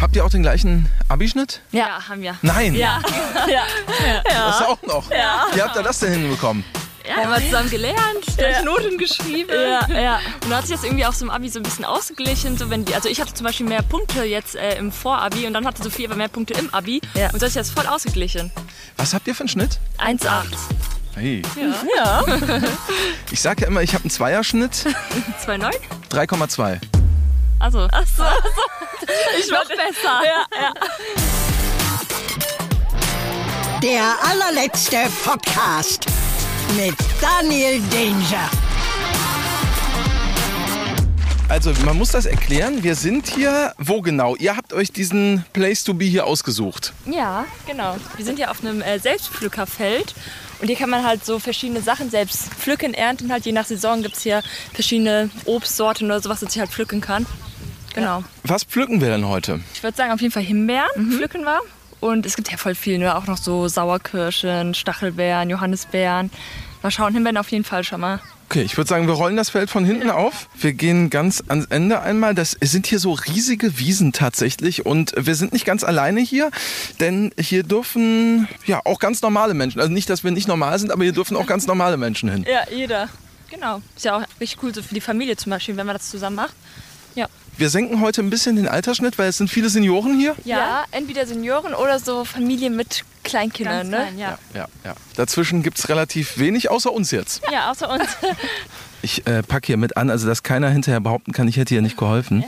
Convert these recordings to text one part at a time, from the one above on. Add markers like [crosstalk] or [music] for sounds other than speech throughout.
habt ihr auch den gleichen Abischnitt? Ja, haben wir. Nein. Ja. ja. Das auch noch. Ja. Wie habt ihr das denn hinbekommen? Haben wir zusammen gelernt. ja. Noten geschrieben. Ja, ja. Und da hat sich das irgendwie auf so einem Abi so ein bisschen ausgeglichen. So wenn die, also ich hatte zum Beispiel mehr Punkte jetzt äh, im Vorabi und dann hatte Sophie aber mehr Punkte im Abi. Ja. Und so hat sich das voll ausgeglichen. Was habt ihr für einen Schnitt? 1,8. Hey. Ja. [laughs] Ich sag ja immer, ich habe einen Zweierschnitt, 2,9? 3,2. Also. Achso, [laughs] Ich war besser. Ja, ja. Der allerletzte Podcast mit Daniel Danger. Also, man muss das erklären. Wir sind hier, wo genau? Ihr habt euch diesen Place to be hier ausgesucht. Ja, genau. Wir sind ja auf einem äh, Selbstpflückerfeld und hier kann man halt so verschiedene Sachen selbst pflücken, ernten halt. Je nach Saison gibt es hier verschiedene Obstsorten oder sowas, das ich halt pflücken kann. Genau. Was pflücken wir denn heute? Ich würde sagen, auf jeden Fall Himbeeren pflücken wir. Und es gibt ja voll viel, ne? auch noch so Sauerkirschen, Stachelbeeren, Johannisbeeren. Mal schauen, Himbeeren auf jeden Fall schon mal. Okay, ich würde sagen, wir rollen das Feld von hinten auf. Wir gehen ganz ans Ende einmal. Das es sind hier so riesige Wiesen tatsächlich und wir sind nicht ganz alleine hier, denn hier dürfen ja auch ganz normale Menschen, also nicht, dass wir nicht normal sind, aber hier dürfen auch ganz normale Menschen hin. Ja, jeder. Genau. Ist ja auch richtig cool, so für die Familie zum Beispiel, wenn man das zusammen macht. Ja. Wir senken heute ein bisschen den Altersschnitt, weil es sind viele Senioren hier. Ja, entweder Senioren oder so Familien mit Kleinkindern, ne? ja. Ja, ja. Dazwischen gibt es relativ wenig, außer uns jetzt. Ja, außer uns. Ich äh, packe hier mit an, also dass keiner hinterher behaupten kann, ich hätte hier nicht geholfen.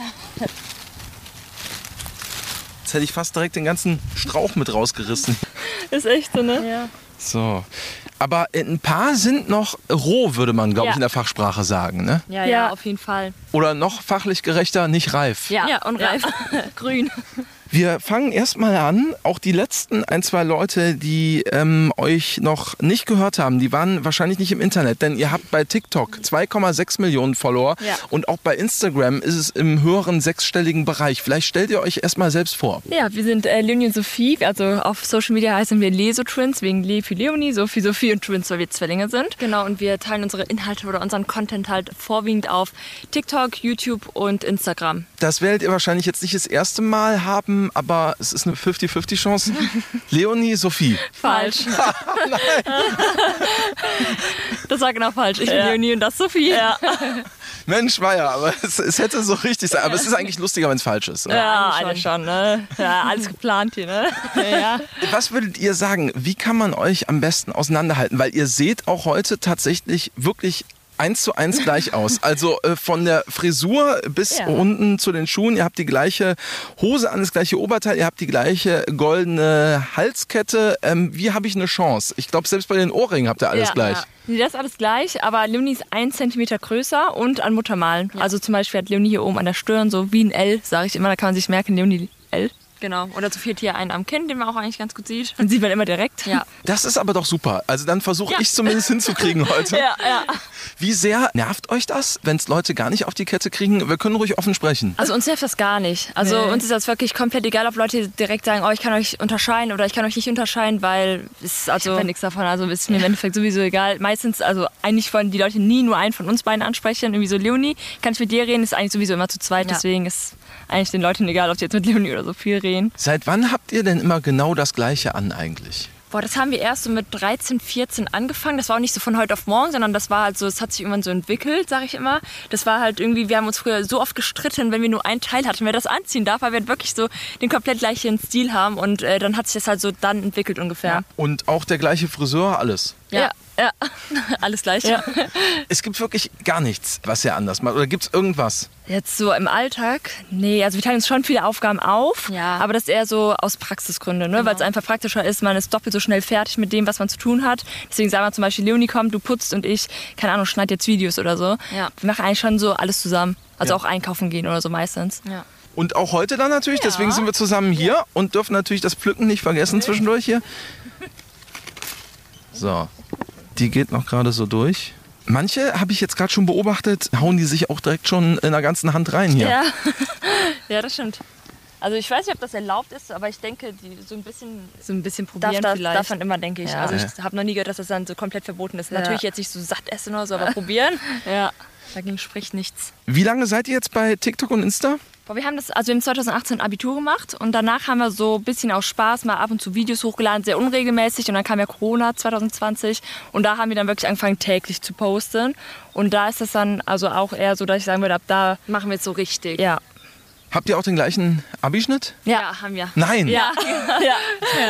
Jetzt hätte ich fast direkt den ganzen Strauch mit rausgerissen. [laughs] Ist echt so, ne? So. Aber äh, ein paar sind noch roh, würde man, glaube Ja. ich, in der Fachsprache sagen. Ne? Ja, Ja. auf jeden Fall. Oder noch fachlich gerechter, nicht reif. Ja, Ja, und [laughs] reif. Grün. Wir fangen erstmal an. Auch die letzten ein, zwei Leute, die ähm, euch noch nicht gehört haben, die waren wahrscheinlich nicht im Internet, denn ihr habt bei TikTok 2,6 Millionen Follower Ja. und auch bei Instagram ist es im höheren sechsstelligen Bereich. Vielleicht stellt ihr euch erstmal selbst vor. Ja, wir sind äh, Leonie und Sophie. Also auf Social Media heißen wir Leso-Twins wegen Le für Leonie, Sophie, Sophie und Twins, weil wir Zwillinge sind. Genau, und wir teilen unsere Inhalte oder unseren Content halt vorwiegend auf TikTok, YouTube und Instagram. Das werdet ihr wahrscheinlich jetzt nicht das erste Mal haben, aber es ist eine 50-50 Chance. Leonie, Sophie. Falsch. [laughs] das war genau falsch. Ich bin Leonie und das Sophie. [laughs] Ja, Mensch, war ja, aber [laughs] es, es hätte so richtig sein. Aber es ist eigentlich lustiger, wenn es falsch ist. Oder? ja alles schon, ne? Ja, alles geplant hier, ne? Ja. Was würdet ihr sagen, wie kann man euch am besten auseinanderhalten? Weil ihr seht auch heute tatsächlich wirklich eins zu [laughs] eins gleich aus. Also äh, von der Frisur bis Ja. unten zu den Schuhen. Ihr habt die gleiche Hose an, das gleiche Oberteil. Ihr habt die gleiche goldene Halskette. Ähm, wie habe ich eine Chance? Ich glaube, selbst bei den Ohrringen habt ihr alles ja, gleich. Ja. Nee, das ist alles gleich, aber Leonie ist ein Zentimeter größer und an Muttermalen. Also zum Beispiel hat Leonie hier oben an der Stirn so wie ein L, sage ich immer, da kann man sich merken, Leonie L. Genau, oder zu viert hier einen am Kinn, den man auch eigentlich ganz gut sieht. Den sieht man immer direkt. Ja. Das ist aber doch super. Also dann versuche Ja. ich zumindest hinzukriegen heute. [laughs] Ja, ja. Wie sehr nervt euch das, wenn es Leute gar nicht auf die Kette kriegen? Wir können ruhig offen sprechen. Also uns hilft das gar nicht. Also Nee. uns ist das wirklich komplett egal, ob Leute direkt sagen, oh, ich kann euch unterscheiden oder ich kann euch nicht unterscheiden, weil es ist also nichts davon. Also ist mir im Endeffekt sowieso egal. Meistens, also eigentlich wollen die Leute nie nur einen von uns beiden ansprechen. Irgendwie so Leonie, kann ich mit dir reden, ist eigentlich sowieso immer zu zweit. Deswegen ist eigentlich den Leuten egal, ob die jetzt mit Leonie oder so viel reden. Seit wann habt ihr denn immer genau das Gleiche an eigentlich? Boah, das haben wir erst so mit 13, 14 angefangen. Das war auch nicht so von heute auf morgen, sondern das war halt so, es hat sich irgendwann so entwickelt, sag ich immer. Das war halt irgendwie, wir haben uns früher so oft gestritten, wenn wir nur einen Teil hatten, wer das anziehen darf, weil wir halt wirklich so den komplett gleichen Stil haben. Und äh, dann hat sich das halt so dann entwickelt ungefähr. Und auch der gleiche Friseur, alles. Ja, ja. [laughs] Alles gleich. Es gibt wirklich gar nichts, was ihr anders macht. Oder gibt es irgendwas? Jetzt so im Alltag? Nee, also wir teilen uns schon viele Aufgaben auf, Ja. aber das eher so aus Praxisgründen, ne? weil es einfach praktischer ist, man ist doppelt so schnell fertig mit dem, was man zu tun hat. Deswegen sagen wir zum Beispiel, Leonie kommt, du putzt und ich, keine Ahnung, schneid jetzt Videos oder so. Ja. Wir machen eigentlich schon so alles zusammen, also auch einkaufen gehen oder so meistens. Ja. Und auch heute dann natürlich, deswegen sind wir zusammen hier und dürfen natürlich das Pflücken nicht vergessen zwischendurch hier. So, die geht noch gerade so durch. Manche, habe ich jetzt gerade schon beobachtet, hauen die sich auch direkt schon in der ganzen Hand rein hier. Ja. [laughs] ja, das stimmt. Also ich weiß nicht, ob das erlaubt ist, aber ich denke, so ein bisschen So ein bisschen probieren darf, das, vielleicht. darf man immer, denke ich. Ja. Also ich habe noch nie gehört, dass das dann so komplett verboten ist. [laughs] Ja. Natürlich jetzt nicht so satt essen oder so, aber probieren. ja. Dagegen spricht nichts. Wie lange seid ihr jetzt bei TikTok und Insta? Boah, wir haben das, also wir haben 2018 Abitur gemacht und danach haben wir so ein bisschen aus Spaß mal ab und zu Videos hochgeladen, sehr unregelmäßig und dann kam ja Corona 2020 und da haben wir dann wirklich angefangen täglich zu posten und da ist das dann also auch eher so, dass ich sagen würde, ab da, Machen wir jetzt so richtig. ja. Habt ihr auch den gleichen Abischnitt? Ja, haben wir. Nein, Ja, ja.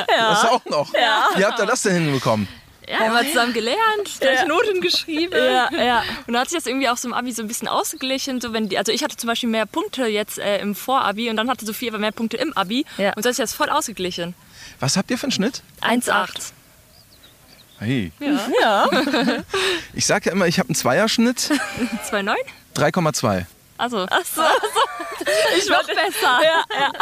das auch noch. Wie habt ihr das denn hinbekommen? haben wir zusammen gelernt. Gleich Noten geschrieben. Ja, ja. Und da hat sich das irgendwie auch so im Abi so ein bisschen ausgeglichen. So wenn die, also ich hatte zum Beispiel mehr Punkte jetzt äh, im Vorabi und dann hatte Sophie aber mehr Punkte im Abi. Ja. Und so hat sich das voll ausgeglichen. Was habt ihr für einen Schnitt? 1,8. Hey. Ja. [laughs] Ich sage ja immer, ich habe einen Zweierschnitt, 2,9? 3,2. [laughs] Also. Achso, [laughs] Ich war besser. Ja, ja.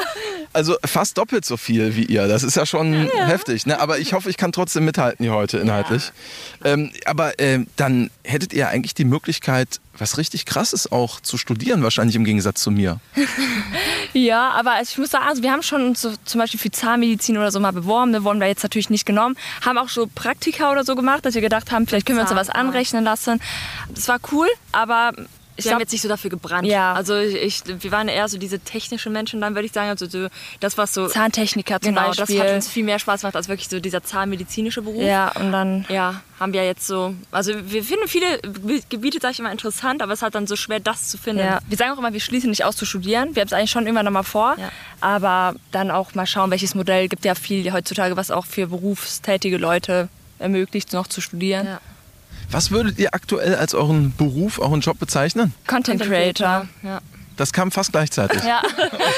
Also fast doppelt so viel wie ihr. Das ist ja schon heftig. Ne? Aber ich hoffe, ich kann trotzdem mithalten hier heute inhaltlich. Ähm, aber ähm, dann hättet ihr eigentlich die Möglichkeit, was richtig krasses auch zu studieren, wahrscheinlich im Gegensatz zu mir. ja, aber also ich muss sagen, also wir haben schon so, zum Beispiel für Zahnmedizin oder so mal beworben. Da wurden wir jetzt natürlich nicht genommen. Haben auch so Praktika oder so gemacht, dass wir gedacht haben, vielleicht können wir uns da was Zahnarzt. anrechnen lassen. Das war cool, aber ich Wir haben glaube, jetzt nicht so dafür gebrannt. Ja. Also ich, ich, wir waren eher so diese technischen Menschen, dann würde ich sagen, also so, das was so Zahntechniker zum genau, Beispiel. das hat uns viel mehr Spaß gemacht als wirklich so dieser zahnmedizinische Beruf. ja, und dann Ja, haben wir jetzt so, also wir finden viele Gebiete, sag ich immer, interessant, aber es hat dann so schwer, das zu finden. Ja. Wir sagen auch immer, wir schließen nicht aus zu studieren. Wir haben es eigentlich schon irgendwann nochmal vor. Ja. Aber dann auch mal schauen, welches Modell gibt ja viel heutzutage, was auch für berufstätige Leute ermöglicht, noch zu studieren. Ja. Was würdet ihr aktuell als euren Beruf, euren Job bezeichnen? Content, Creator. Ja. Das kam fast gleichzeitig. Ja,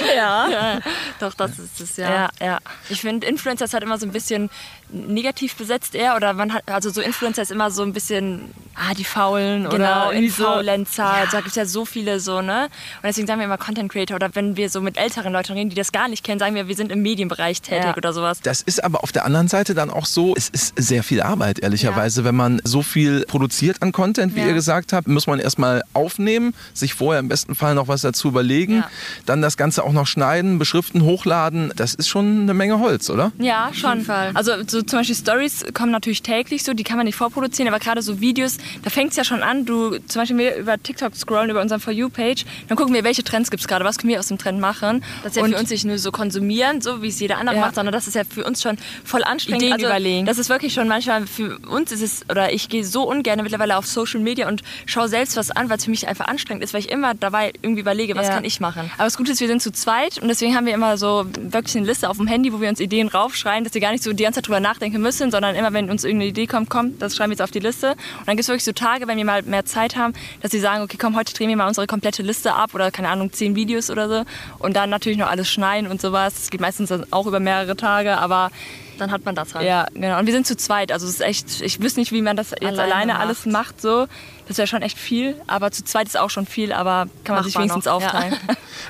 [laughs] Doch, das ist es, ja. ja, ja. Ich finde, Influencer ist halt immer so ein bisschen negativ besetzt eher oder man hat, also so Influencer ist immer so ein bisschen Ah, die Faulen Genau, oder irgendwie so. Influencer. Da gibt es ja so viele so, ne? Und deswegen sagen wir immer Content Creator. Oder wenn wir so mit älteren Leuten reden, die das gar nicht kennen, sagen wir, wir sind im Medienbereich tätig Ja. oder sowas. Das ist aber auf der anderen Seite dann auch so, es ist sehr viel Arbeit, ehrlicherweise. Wenn man so viel produziert an Content, wie Ja. ihr gesagt habt, muss man erstmal aufnehmen, sich vorher im besten Fall noch was dazu überlegen, Ja. dann das Ganze auch noch schneiden, beschriften, hochladen. Das ist schon eine Menge Holz, oder? Ja, schon. Also so zum Beispiel Stories kommen natürlich täglich so, die kann man nicht vorproduzieren, aber gerade so Videos, da fängt es ja schon an. Du zum Beispiel wir über TikTok scrollen über unseren For You Page, dann gucken wir, welche Trends gibt's gerade, was können wir aus dem Trend machen. Das ist ja Und für uns nicht nur so konsumieren, so wie es jeder andere Ja. macht, sondern das ist ja für uns schon voll anstrengend. Also, Ideen überlegen. Das ist wirklich schon manchmal für uns ist es, oder ich gehe so ungern mittlerweile auf Social Media und schaue selbst was an, weil es für mich einfach anstrengend ist, weil ich immer dabei irgendwie überlege, was Ja. kann ich machen. Aber das Gute ist, wir sind zu zweit und deswegen haben wir immer so wirklich eine Liste auf dem Handy, wo wir uns Ideen raufschreiben, dass wir gar nicht so die ganze Zeit drüber nachdenken müssen, sondern immer, wenn uns irgendeine Idee kommt, kommt, das schreiben wir jetzt auf die Liste. Und dann gibt es wirklich so Tage, wenn wir mal mehr Zeit haben, dass wir sagen, okay, komm, heute drehen wir mal unsere komplette Liste ab oder keine Ahnung, zehn Videos oder so. Und dann natürlich noch alles schneiden und sowas. Das geht meistens dann auch über mehrere Tage, aber Dann hat man das halt. ja, genau. Und wir sind zu zweit. Also es ist echt, ich wüsste nicht, wie man das jetzt alleine, Alleine macht. alles macht so. Das wäre schon echt viel, aber zu zweit ist auch schon viel, aber kann man sich Machbar wenigstens noch, [laughs] aufteilen.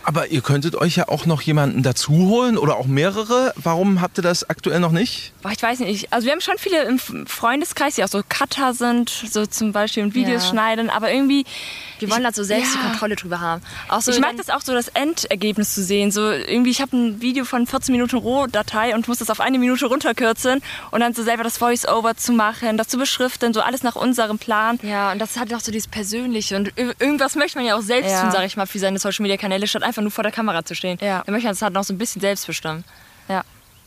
Aber ihr könntet euch ja auch noch jemanden dazu holen oder auch mehrere. Warum habt ihr das aktuell noch nicht? Boah, ich weiß nicht. Ich, also wir haben schon viele im F- Freundeskreis, die auch so Cutter sind, so zum Beispiel und Videos Ja. schneiden, aber irgendwie. Wir wollen ich, da so selbst ja. die Kontrolle drüber haben. Auch so ich mag dann- das auch so, das Endergebnis zu sehen. So irgendwie, ich habe ein Video von 14 Minuten Rohdatei und muss das auf eine Minute runterkürzen und dann so selber das Voice-Over zu machen, das zu beschriften, so alles nach unserem Plan. Ja, und das hat auch so dieses Persönliche. Und ir- irgendwas möchte man ja auch selbst Ja. tun, sag ich mal, für seine Social Media Kanäle, statt einfach nur vor der Kamera zu stehen. Ja. Dann möchte man das halt noch so ein bisschen selbst bestimmen. Ja.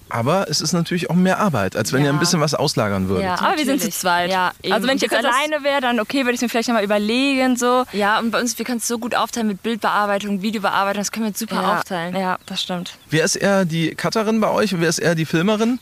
Aber es ist natürlich auch mehr Arbeit, als wenn ihr ein bisschen was auslagern würdet. Ja. Aber wir sind zu Natürlich. zweit. Ja, eben. also wenn ich Und jetzt wir können das- alleine wäre, dann okay, würde ich mir vielleicht nochmal überlegen. So. Ja, und bei uns, wir können es so gut aufteilen mit Bildbearbeitung, Videobearbeitung, das können wir super aufteilen. ja, das stimmt. Wer ist eher die Cutterin bei euch und wer ist eher die Filmerin?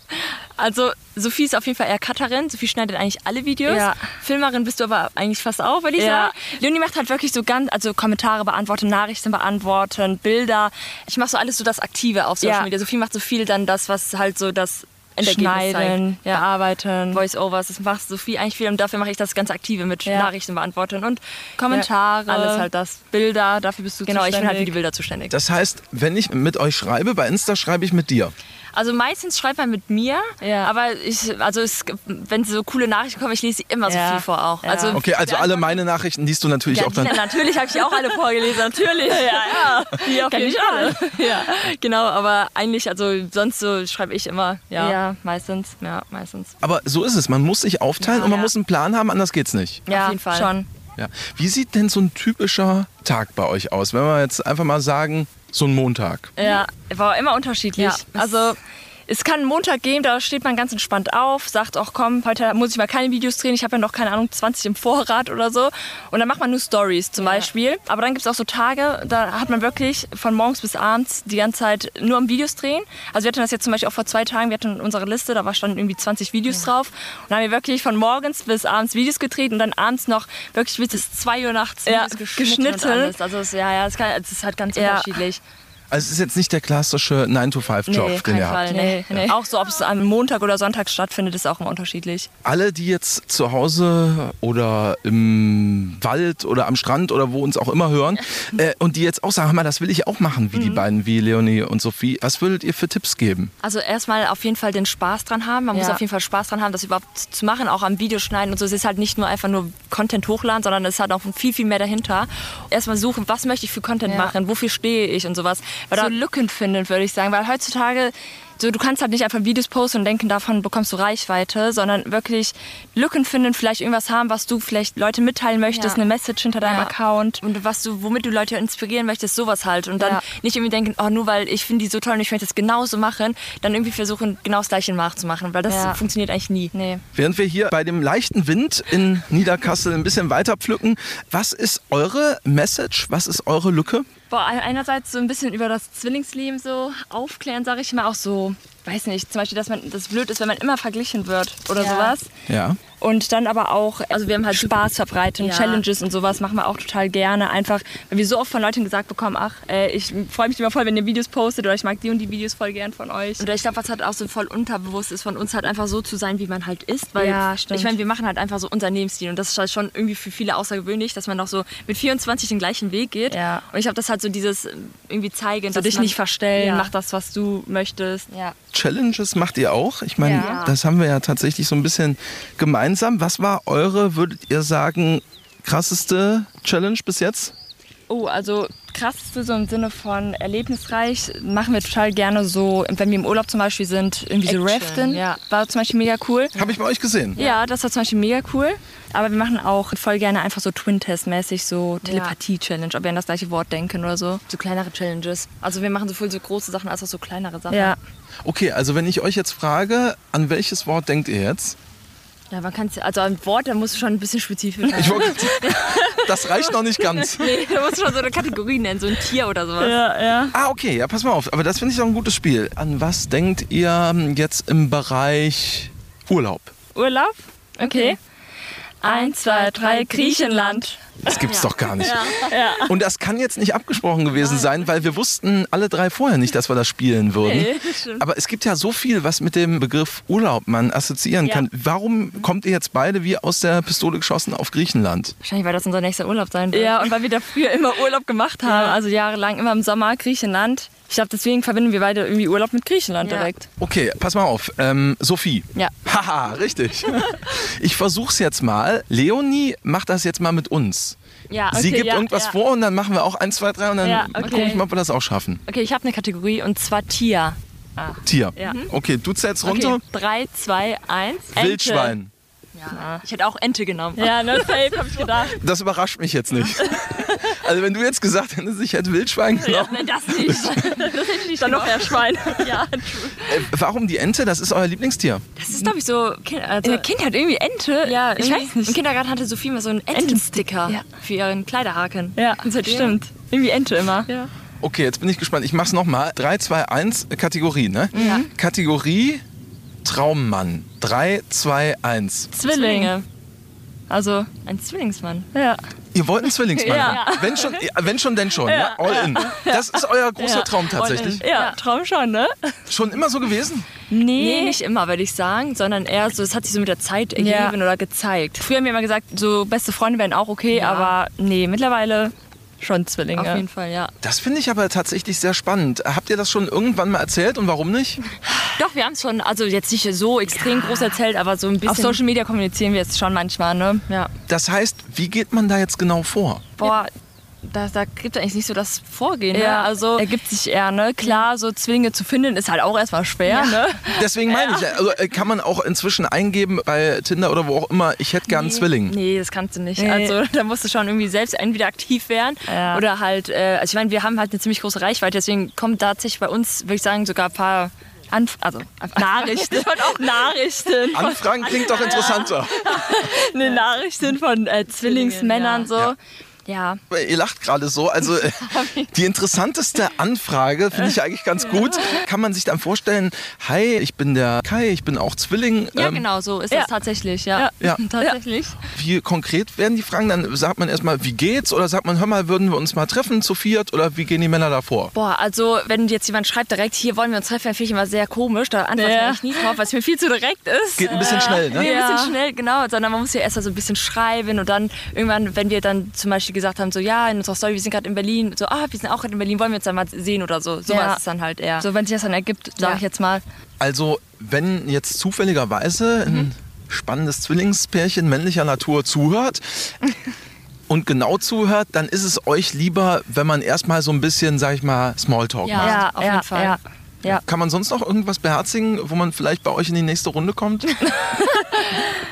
Also, Sophie ist auf jeden Fall eher Cutterin. Sophie schneidet eigentlich alle Videos. Ja. Filmerin bist du aber eigentlich fast auch, würde ich Ja. sagen. Leonie macht halt wirklich so ganz, also Kommentare beantworten, Nachrichten beantworten, Bilder. Ich mache so alles so das Aktive auf Social Ja. Media. Sophie macht so viel dann das, was halt so das Endergebnis Schneiden, zeigt. Ja. bearbeiten. Voice-Overs, das macht Sophie eigentlich viel und dafür mache ich das ganz aktive mit Ja. Nachrichten beantworten und Kommentare, Kommentare. alles halt das. Bilder, dafür bist du Genau, ich bin halt für zuständig. die Bilder zuständig. Das heißt, wenn ich mit euch schreibe, bei Insta schreibe ich mit dir. Also meistens schreibt man mit mir, Ja. aber ich, also es, wenn so coole Nachrichten kommen, ich lese sie immer Ja. so viel vor auch. Ja. Also Okay, also alle meine Nachrichten liest du natürlich ja, auch die dann. dann natürlich habe ich die auch alle vorgelesen, natürlich. Ja, ja. [laughs] Die auf Kenn jeden ich Fall. [laughs] Ja. Genau, aber eigentlich, also sonst so schreibe ich immer. Ja, Ja. meistens. Ja, meistens. Aber so ist es. Man muss sich aufteilen und man muss einen Plan haben, anders geht's nicht. auf jeden Fall. schon. Ja. Wie sieht denn so ein typischer Tag bei euch aus? Wenn wir jetzt einfach mal sagen, so ein Montag. Ja, war immer unterschiedlich. Ja. Also es kann einen Montag geben, da steht man ganz entspannt auf, sagt auch, komm, heute muss ich mal keine Videos drehen, ich habe ja noch, keine Ahnung, 20 im Vorrat oder so. Und dann macht man nur Stories zum Beispiel. Aber dann gibt es auch so Tage, da hat man wirklich von morgens bis abends die ganze Zeit nur am Videos drehen. Also wir hatten das jetzt zum Beispiel auch vor zwei Tagen, wir hatten unsere Liste, da war- standen irgendwie 20 Videos drauf. Und dann haben wir wirklich von morgens bis abends Videos gedreht und dann abends noch wirklich bis 2 Uhr nachts ja, Videos geschnitten. und alles. Also es, ja, ja, es, kann, es ist halt ganz Ja. unterschiedlich. Also es ist jetzt nicht der klassische 9-to-5-Job, Nee, den kein ihr habt. Fall. Nee, nee. Auch so, ob es am Montag oder Sonntag stattfindet, ist auch immer unterschiedlich. Alle, die jetzt zu Hause oder im Wald oder am Strand oder wo uns auch immer [laughs] hören äh, und die jetzt auch sagen, mal, das will ich auch machen, wie Mhm. die beiden, wie Leonie und Sophie, was würdet ihr für Tipps geben? Also erstmal auf jeden Fall den Spaß dran haben. Man muss Ja. auf jeden Fall Spaß dran haben, das überhaupt zu machen, auch am Videoschneiden und so. Es ist halt nicht nur einfach nur Content hochladen, sondern es hat auch viel, viel mehr dahinter. Erstmal suchen, was möchte ich für Content Ja. machen, wofür stehe ich und sowas. Weil So da- Lücken finden, würde ich sagen. Weil heutzutage, so, du kannst halt nicht einfach Videos posten und denken, davon bekommst du Reichweite, sondern wirklich Lücken finden, vielleicht irgendwas haben, was du vielleicht Leute mitteilen möchtest, Ja. eine Message hinter deinem Ja. Account. Und was du, womit du Leute inspirieren möchtest, sowas halt. Und dann Ja. nicht irgendwie denken, oh, nur weil ich finde die so toll und ich möchte das genauso machen, dann irgendwie versuchen, genau das gleiche nachzumachen. Weil das Ja. funktioniert eigentlich nie. Nee. Während wir hier bei dem leichten Wind in Niederkassel ein bisschen weiter pflücken, was ist eure Message, was ist eure Lücke? Boah, einerseits so ein bisschen über das Zwillingsleben so aufklären, sage ich mal. Auch so, weiß nicht, zum Beispiel, dass man das blöd ist, wenn man immer verglichen wird oder Ja. sowas. Ja. Und dann aber auch, also wir haben halt Spaß verbreiten, Ja. Challenges und sowas machen wir auch total gerne. Einfach, weil wir so oft von Leuten gesagt bekommen, ach, äh, ich freue mich immer voll, wenn ihr Videos postet oder ich mag die und die Videos voll gern von euch. Und ich glaube, was halt auch so voll unterbewusst ist, von uns halt einfach so zu sein, wie man halt ist. Weil Ja, stimmt. ich meine, wir machen halt einfach so unseren Lebensstil. Und das ist halt schon irgendwie für viele außergewöhnlich, dass man noch so mit 24 den gleichen Weg geht. Ja. Und ich glaube, das halt so dieses ähm, irgendwie zeigen, so dich man- nicht verstellen, Ja. mach das, was du möchtest. Ja. Challenges macht ihr auch. Ich meine, Ja. das haben wir ja tatsächlich so ein bisschen gemeinsam. Was war eure, würdet ihr sagen, krasseste Challenge bis jetzt? Oh, also krasseste so im Sinne von erlebnisreich machen wir total gerne so, wenn wir im Urlaub zum Beispiel sind, irgendwie so Action, Raften. ja. War zum Beispiel mega cool. Habe ich bei euch gesehen. Ja. das war zum Beispiel mega cool. Aber wir machen auch voll gerne einfach so Twin-Test-mäßig so Telepathie-Challenge, ob wir an das gleiche Wort denken oder so. So kleinere Challenges. Also wir machen sowohl so große Sachen als auch so kleinere Sachen. Ja. Okay, also wenn ich euch jetzt frage, an welches Wort denkt ihr jetzt? Ja, man kann also ein Wort, da musst du schon ein bisschen spezifisch [laughs] sein. Ich wollte- das reicht noch nicht ganz. Nee, da musst du schon so eine Kategorie nennen, so ein Tier oder sowas. Ja, ja. Ah, okay, ja, pass mal auf. Aber das finde ich doch ein gutes Spiel. An was denkt ihr hm, jetzt im Bereich Urlaub? Urlaub? Okay. Eins, zwei, drei, Griechenland. Das gibt's doch gar nicht. Und das kann jetzt nicht abgesprochen gewesen sein, weil wir wussten alle drei vorher nicht, dass wir das spielen würden. Aber es gibt ja so viel, was mit dem Begriff Urlaub man assoziieren kann. Warum kommt ihr jetzt beide wie aus der Pistole geschossen auf Griechenland? Wahrscheinlich, weil das unser nächster Urlaub sein wird. Ja, und weil wir da früher immer Urlaub gemacht haben, also jahrelang immer im Sommer Griechenland. Ich glaube, deswegen verbinden wir beide irgendwie Urlaub mit Griechenland Ja. direkt. Okay, pass mal auf. Ähm, Sophie. Ja. [laughs] Haha, richtig. Ich versuch's jetzt mal. Leonie macht das jetzt mal mit uns. Ja, Sie okay, gibt ja, irgendwas ja. vor und dann machen wir auch eins, zwei, drei und dann Ja, gucken okay. gucke ich mal, ob wir das auch schaffen. Okay, ich habe eine Kategorie und zwar Tier. Tier. Ja. Okay, du zählst runter. Okay, 3, 2, 1. Wildschwein. Ja. Ich hätte auch Ente genommen. Ja, ne, safe, hab ich gedacht. Das überrascht mich jetzt nicht. Also wenn du jetzt gesagt hättest, ich hätte Wildschwein genommen. Nein, das [laughs] nicht. Das hätte ich Dann noch eher Schwein. Ja, Äh, warum die Ente? Das ist euer Lieblingstier. das ist, glaube ich, so. Kind, also, In der Kindheit Äh, irgendwie Ente. ja, ich weiß nicht. Im Kindergarten hatte Sophie mal so einen Entensticker Ja. für ihren Kleiderhaken. Ja, Und seitdem- stimmt. Irgendwie Ente immer. Ja. Okay, jetzt bin ich gespannt. Ich mach's nochmal. 3, 2, 1, Kategorie, ne? Ja. Kategorie Traummann. 3, 2, 1. Zwillinge. Also, Ein Zwillingsmann. ja. Ihr wollt einen Zwillingsmann Ja. haben. Wenn schon, äh, wenn schon, denn schon. Ja. All in. Das ist euer großer Ja. Traum tatsächlich. Ja, Traum schon, ne? Schon immer so gewesen? Nee, nicht immer, würde ich sagen, sondern eher so, es hat sich so mit der Zeit ergeben Ja. oder gezeigt. Früher haben wir immer gesagt, so beste Freunde wären auch okay, aber nee, mittlerweile schon Zwillinge. Auf jeden Fall, ja. Das finde ich aber tatsächlich sehr spannend. Habt ihr das schon irgendwann mal erzählt und warum nicht? Doch, wir haben es schon, also jetzt nicht so extrem groß erzählt, aber so ein bisschen. Auf Social Media kommunizieren wir jetzt schon manchmal, ne? Ja. Das heißt, wie geht man da jetzt genau vor? Boah, da, da gibt es eigentlich nicht so das Vorgehen. Ne? Ja, also ergibt sich eher, ne? Klar, so Zwillinge zu finden ist halt auch erstmal schwer. Ja. Ne? Deswegen meine ich, also äh, kann man auch inzwischen eingeben bei Tinder oder wo auch immer, ich hätte gern einen Nee. Zwilling. Nee, das kannst du nicht. Nee. Also [laughs] da musst du schon irgendwie selbst entweder aktiv werden Ja. oder halt, äh, also ich meine, wir haben halt eine ziemlich große Reichweite, deswegen kommen tatsächlich bei uns, würde ich sagen, sogar ein paar Anf [laughs] also Nachrichten. auch Nachrichten. Anfragen klingt doch interessanter. Ne, Nachrichten von äh, Zwillingsmännern so. Ja. Aber Ihr lacht gerade so. [laughs] Also äh, die interessanteste Anfrage finde ich eigentlich ganz gut. Kann man sich dann vorstellen, hi, ich bin der Kai, ich bin auch Zwilling. Ja, Ähm, genau, so ist ja. das tatsächlich, ja. Ja. [laughs] Tatsächlich. Wie konkret werden die Fragen? Dann sagt man erstmal, wie geht's? Oder sagt man, hör mal, würden wir uns mal treffen zu viert? Oder wie gehen die Männer da vor? Boah, also wenn jetzt jemand schreibt direkt, hier wollen wir uns treffen, finde ich immer sehr komisch. Da antworte Ja. ich nie drauf, weil es mir viel zu direkt ist. Geht ein bisschen schnell, ne? Äh, Nee, ein Ja. bisschen schnell, genau. Sondern man muss ja erst mal so ein bisschen schreiben und dann irgendwann, wenn wir dann zum Beispiel gesagt haben, so ja, in unserer Story, wir sind gerade in Berlin, so ah, wir sind auch gerade in Berlin, wollen wir uns dann mal sehen oder so. Sowas Ja. ist dann halt eher. So, wenn sich das dann ergibt, sage Ja. ich jetzt mal. Also, wenn jetzt zufälligerweise Mhm. ein spannendes Zwillingspärchen männlicher Natur zuhört [laughs] und genau zuhört, dann ist es euch lieber, wenn man erstmal so ein bisschen, sag ich mal, Smalltalk macht. Ja, auf jeden Fall. Ja. Kann man sonst noch irgendwas beherzigen, wo man vielleicht bei euch in die nächste Runde [laughs] kommt?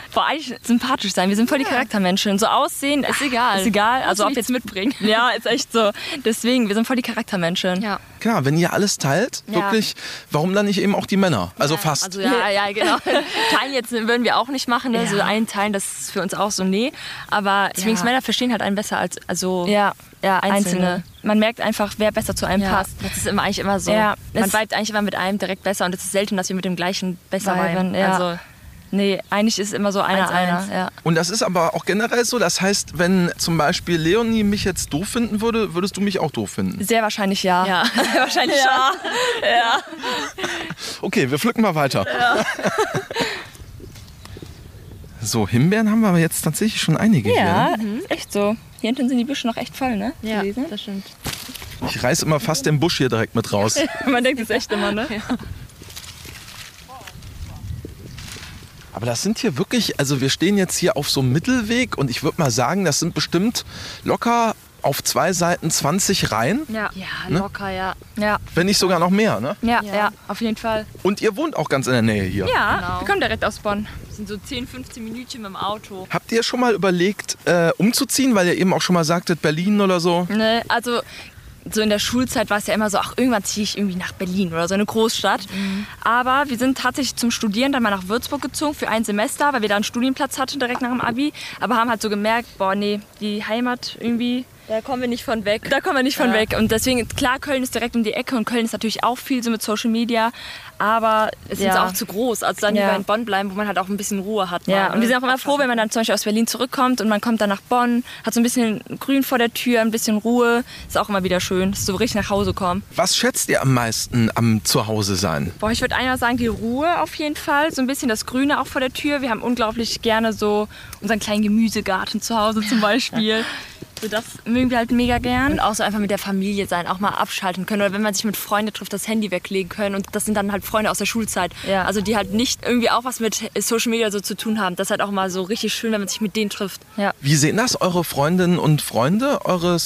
Vor allem sympathisch sein. Wir sind voll die Charaktermenschen. So aussehen ist egal. Ah, Ist egal. Also ob jetzt mitbringen. [laughs] Ja, ist echt so. Deswegen, wir sind voll die Charaktermenschen. Ja. Klar, wenn ihr alles teilt, wirklich, warum dann nicht eben auch die Männer? Also fast. Also ja, ja, [laughs] genau. Teilen jetzt würden wir auch nicht machen, ne? so Ja. einen Teilen, das ist für uns auch so nee. Aber Zwillingsmänner verstehen halt einen besser als also Ja, ja, einzelne. Man merkt einfach, wer besser zu einem Ja. passt. Das ist immer eigentlich immer so. Ja, Man es- vibet eigentlich immer mit einem direkt besser und es ist selten, dass wir mit dem gleichen besser Viben, viben. ja. Also, Nee, eigentlich ist immer so einer Eins, einer. eins. Ja. Und das ist aber auch generell so. Das heißt, wenn zum Beispiel Leonie mich jetzt doof finden würde, würdest du mich auch doof finden. sehr wahrscheinlich [laughs] ja. [laughs] Ja, wahrscheinlich ja. Okay, wir pflücken mal weiter. So, Himbeeren haben wir aber jetzt tatsächlich schon einige hier. Ja, ist echt so. Hier hinten sind die Büsche noch echt voll, ne? Gewesen. das stimmt. ne? Ich reiß immer fast den Busch hier direkt mit raus. [laughs] Man denkt es echt immer, ne? Aber das sind hier wirklich, also wir stehen jetzt hier auf so einem Mittelweg und ich würde mal sagen, das sind bestimmt locker auf zwei Seiten 20 Reihen, Ja. Ja, locker, ja. Ja. wenn nicht sogar noch mehr. Ne? Ja, Ja. ja, auf jeden Fall. Und ihr wohnt auch ganz in der Nähe hier. Ja, Genau. wir kommen direkt aus Bonn. Das sind so 10, 15 Minütchen mit dem Auto. Habt ihr schon mal überlegt, äh, umzuziehen, weil ihr eben auch schon mal sagtet, Berlin oder so? Ne, also so in der Schulzeit war es ja immer so, ach, irgendwann ziehe ich irgendwie nach Berlin oder so eine Großstadt. Mhm. Aber wir sind tatsächlich zum Studieren dann mal nach Würzburg gezogen für ein Semester, weil wir da einen Studienplatz hatten direkt nach dem Abi. Aber haben halt so gemerkt, boah, nee, die Heimat irgendwie. Da kommen wir nicht von weg. Da kommen wir nicht von Ja. weg. Und deswegen, klar, Köln ist direkt um die Ecke und Köln ist natürlich auch viel so mit Social Media. Aber es ist Ja. auch zu groß. Also dann Ja. lieber in Bonn bleiben, wo man halt auch ein bisschen Ruhe hat. Ja, mal, und ne? wir sind auch immer froh, wenn man dann zum Beispiel aus Berlin zurückkommt und man kommt dann nach Bonn, hat so ein bisschen Grün vor der Tür, ein bisschen Ruhe. Ist auch immer wieder schön, dass du richtig nach Hause kommst. Was schätzt ihr am meisten am Zuhause sein? Boah, ich würde einmal sagen, die Ruhe auf jeden Fall. So ein bisschen das Grüne auch vor der Tür. Wir haben unglaublich gerne so unseren kleinen Gemüsegarten zu Hause zum [laughs] Beispiel. So, das mögen wir halt mega Und gern. auch so einfach mit der Familie sein, auch mal abschalten können. Oder wenn man sich mit Freunden trifft, das Handy weglegen können. Und das sind dann halt Freunde aus der Schulzeit. Ja. Also die halt nicht irgendwie auch was mit Social Media so zu tun haben. Das ist halt auch mal so richtig schön, wenn man sich mit denen trifft. Ja. Wie sehen das eure Freundinnen und Freunde, eure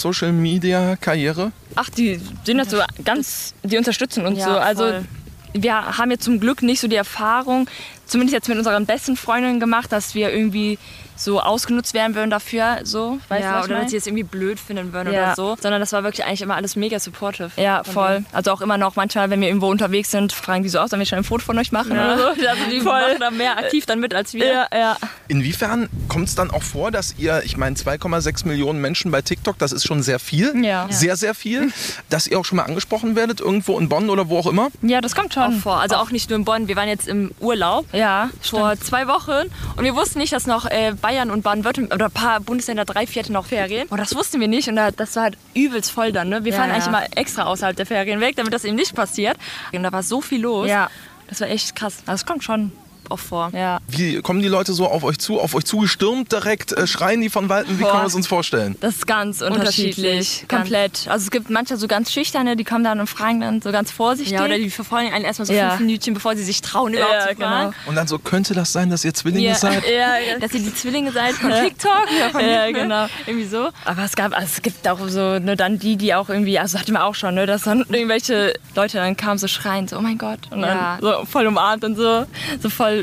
Social-Media-Karriere? Ach, die sind das so ganz, die unterstützen uns Ja, so. Also voll. wir haben jetzt zum Glück nicht so die Erfahrung, zumindest jetzt mit unseren besten Freundinnen gemacht, dass wir irgendwie so ausgenutzt werden würden dafür. So, weißt du, ja, was ich oder mein? dass sie es irgendwie blöd finden würden Ja. oder so. Sondern das war wirklich eigentlich immer alles mega supportive. Ja, Von voll. denen. Also auch immer noch manchmal, wenn wir irgendwo unterwegs sind, fragen die so aus, sollen wir schon ein Foto von euch machen Ja. oder so. Also die Voll. machen da mehr aktiv dann mit als wir. Ja, ja. Inwiefern kommt es dann auch vor, dass ihr, ich meine, 2,6 Millionen Menschen bei TikTok, das ist schon sehr viel, Ja. sehr, sehr viel, dass ihr auch schon mal angesprochen werdet, irgendwo in Bonn oder wo auch immer? Ja, das kommt Auch schon. vor. Also auch nicht nur in Bonn. Wir waren jetzt im Urlaub. Ja, vor zwei Wochen und wir wussten nicht, dass noch äh, Bayern und Baden-Württemberg oder ein paar Bundesländer drei Viertel noch Ferien. Oh, Boah, das wussten wir nicht und da- das war halt übelst voll dann. Ne? Wir Wir fahren eigentlich immer. extra außerhalb der Ferien weg, damit das eben nicht passiert. Und da war so viel los. Ja. Das war echt krass. Das kommt schon. auch vor. Ja. Wie kommen die Leute so auf euch zu, auf euch zugestürmt direkt? Äh, schreien die von Walten? Wie Boah. können wir es uns vorstellen? Das ist ganz unterschiedlich. Unterschiedlich, ganz. Komplett. Also es gibt manche so ganz schüchterne, die kommen dann und fragen dann so ganz vorsichtig. Ja, oder die verfolgen einen erstmal so Ja. fünf Minütchen, bevor sie sich trauen, überhaupt ja, zu fragen. genau. Und dann so, könnte das sein, dass ihr Zwillinge Ja, seid? [laughs] ja, Dass ihr die Zwillinge seid von TikTok oder [laughs] von Ja, YouTube, genau. Irgendwie so. Aber es gab, also es gibt auch so, ne, dann die, die auch irgendwie, also hatten wir auch schon, ne, dass dann irgendwelche Leute dann kamen so schreien, so, oh mein Gott, und Ja. dann so voll umarmt und so, so voll,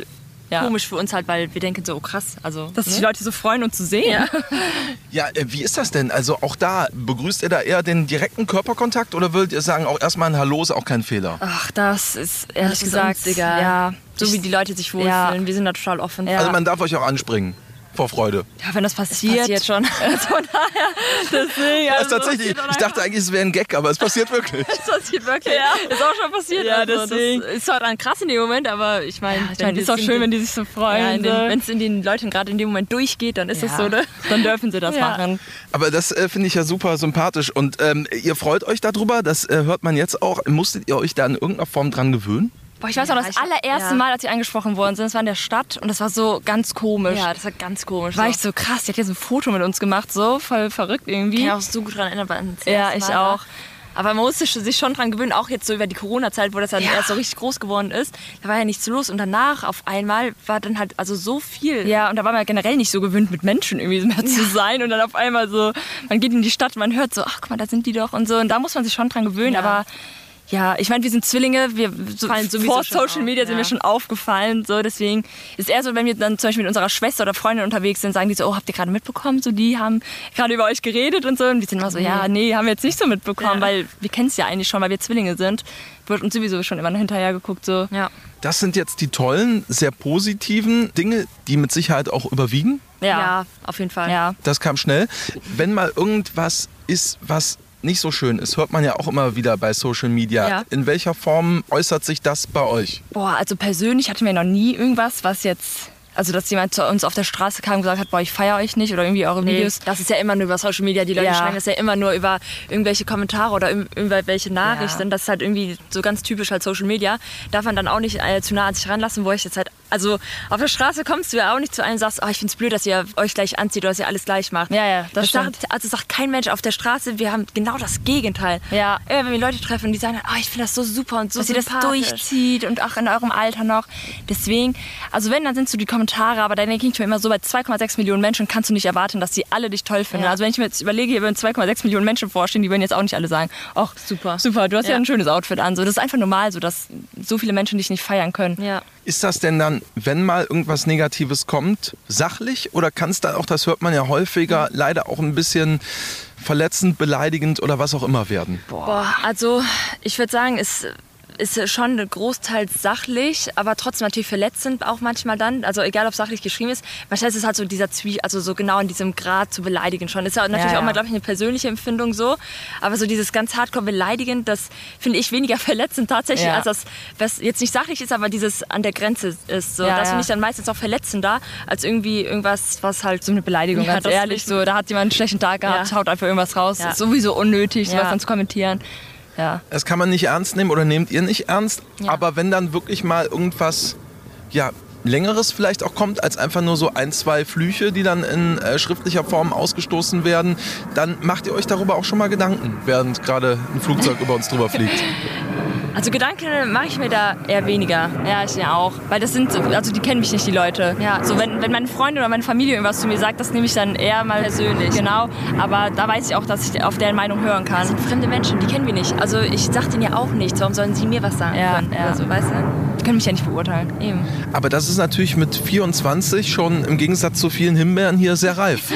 ja. Komisch für uns halt, weil wir denken so, oh krass. Also, Dass sich die Leute so freuen, uns zu sehen. Ja, äh, wie ist das denn? Also auch da, begrüßt ihr da eher den direkten Körperkontakt oder würdet ihr sagen, auch erstmal ein Hallo ist auch kein Fehler? [laughs] Ach, das ist ehrlich Das ist gesagt, uns egal. ja, so wie die Leute sich wohlfühlen. Ja. Wir sind da total offen. Ja. Also man darf euch auch anspringen. Vor Freude. ja, wenn das passiert, Also Passiert [laughs] schon. Deswegen, also, Das ist tatsächlich, ich dachte eigentlich, es wäre ein Gag, aber es passiert wirklich. Das passiert wirklich. Ja. Ist auch schon passiert. Ja, also, deswegen. Das ist zwar dann krass in dem Moment, aber ich meine, Ich meine, ist auch schön, wenn die sich so ja, freuen. so. wenn es in den Leuten gerade in dem Moment durchgeht, dann ist es Ja. so, ne? Dann dürfen sie das Ja. machen. Aber das äh, finde ich ja super sympathisch. Und ähm, ihr freut euch darüber, das äh, hört man jetzt auch. Musstet ihr euch da in irgendeiner Form dran gewöhnen? Boah, ich weiß noch, Ja, das ich- allererste ja. Mal, als wir angesprochen worden sind, das war in der Stadt und das war so ganz komisch. Ja, das war ganz komisch. war ich so krass, die hat ja so ein Foto mit uns gemacht, so voll verrückt Ich irgendwie. kann mich auch so gut dran erinnern. weil es das Ja, erste ich Mal war. auch. Aber man musste sch- sich schon dran gewöhnen, auch jetzt so über die Corona-Zeit, wo das dann Ja. erst so richtig groß geworden ist. Da war ja nichts los und danach auf einmal war dann halt also so viel. Ja, und da war man ja generell nicht so gewöhnt, mit Menschen irgendwie [laughs] mehr zu sein. Und dann auf einmal so, man geht in die Stadt, man hört so, ach guck mal, da sind die doch und so. Und da muss man sich schon dran gewöhnen. Ja. Aber ja, ich meine, wir sind Zwillinge, wir so, Fallen sowieso vor schon Social auf, Media sind ja. wir schon aufgefallen. So, deswegen ist eher so, wenn wir dann zum Beispiel mit unserer Schwester oder Freundin unterwegs sind, sagen die so, oh, habt ihr gerade mitbekommen? So, die haben gerade über euch geredet und so. Und die sind immer so, ja, nee, haben wir jetzt nicht so mitbekommen, Mhm. Ja. weil wir kennen es ja eigentlich schon, weil wir Zwillinge sind. Wird uns sowieso schon immer hinterher geguckt, so. Ja. Das sind jetzt die tollen, sehr positiven Dinge, die mit Sicherheit auch überwiegen. Ja, auf jeden Fall. ja. Das kam schnell. Wenn mal irgendwas ist, was nicht so schön ist, hört man ja auch immer wieder bei Social Media. Ja. In welcher Form äußert sich das bei euch? Boah, also persönlich hatten wir noch nie irgendwas, was jetzt. Also, dass jemand zu uns auf der Straße kam und gesagt hat, boah, ich feiere euch nicht oder irgendwie eure Nee, Videos. Das ist ja immer nur über Social Media. Die Leute Ja. schreiben das ja immer nur über irgendwelche Kommentare oder im- irgendwelche Nachrichten. Ja. Das ist halt irgendwie so ganz typisch halt Social Media. Darf man dann auch nicht äh, zu nah an sich ranlassen, wo ich jetzt halt. Also auf der Straße kommst du ja auch nicht zu einem und sagst, oh, ich find's blöd, dass ihr euch gleich anzieht oder dass ihr alles gleich macht. Ja, ja, das stimmt. sagt, Also sagt kein Mensch auf der Straße, wir haben genau das Gegenteil. Ja. Immer wenn wir Leute treffen und die sagen, dann, oh, ich finde das so super und so Dass ihr das sympathisch. durchzieht und auch in eurem Alter noch. Deswegen, also wenn, dann sind so die Kommentare, aber dann denke ich mir immer so, bei 2,6 Millionen Menschen kannst du nicht erwarten, dass die alle dich toll finden. Ja. Also wenn ich mir jetzt überlege, hier würden 2,6 Millionen Menschen vorstehen, die würden jetzt auch nicht alle sagen, ach, Super. super, du hast ja, Ja. ein schönes Outfit an. So, das ist einfach normal, so, dass so viele Menschen dich nicht feiern können. Ja. Ist das denn dann, wenn mal irgendwas Negatives kommt, sachlich oder kann es dann auch, das hört man ja häufiger, leider auch ein bisschen verletzend, beleidigend oder was auch immer werden? Boah, also ich würde sagen, es ist schon großteils sachlich, aber trotzdem natürlich verletzend auch manchmal dann. Also egal, ob sachlich geschrieben ist, manchmal ist es halt so dieser Zwie also so genau in diesem Grad zu beleidigen schon. Ist ja natürlich ja. auch mal, glaube ich, eine persönliche Empfindung so. Aber so dieses ganz hardcore beleidigend, das finde [laughs] ich weniger verletzend tatsächlich, Ja. als das, was jetzt nicht sachlich ist, aber dieses an der Grenze ist. So. Ja, das ja. finde ich dann meistens auch verletzender, als irgendwie irgendwas, was halt So eine Beleidigung, Ja, ganz das ehrlich. ist- So, da hat jemand einen schlechten Tag gehabt, Ja. haut einfach irgendwas raus. Ja. Ist sowieso unnötig, sowas Ja. dann zu kommentieren. Ja. Das kann man nicht ernst nehmen oder nehmt ihr nicht ernst, Ja. aber wenn dann wirklich mal irgendwas, ja, längeres vielleicht auch kommt, als einfach nur so ein, zwei Flüche, die dann in äh, schriftlicher Form ausgestoßen werden, dann macht ihr euch darüber auch schon mal Gedanken, während gerade ein Flugzeug über uns drüber fliegt. Also Gedanken mache ich mir da eher weniger. Ja, ich ja auch. Weil das sind, so- also die kennen mich nicht, die Leute. Ja. So, wenn, wenn meine Freunde oder meine Familie irgendwas zu mir sagt, das nehme ich dann eher mal persönlich. Genau. Aber da weiß ich auch, dass ich auf deren Meinung hören Das kann. sind fremde Menschen, die kennen wir nicht. Also ich sag denen ja auch nichts. Warum sollen sie mir was sagen Ja, können? ja. Also, weißt du? Die können mich ja nicht beurteilen. Eben. Aber das ist natürlich mit 24 schon im Gegensatz zu vielen Himbeeren hier sehr reif.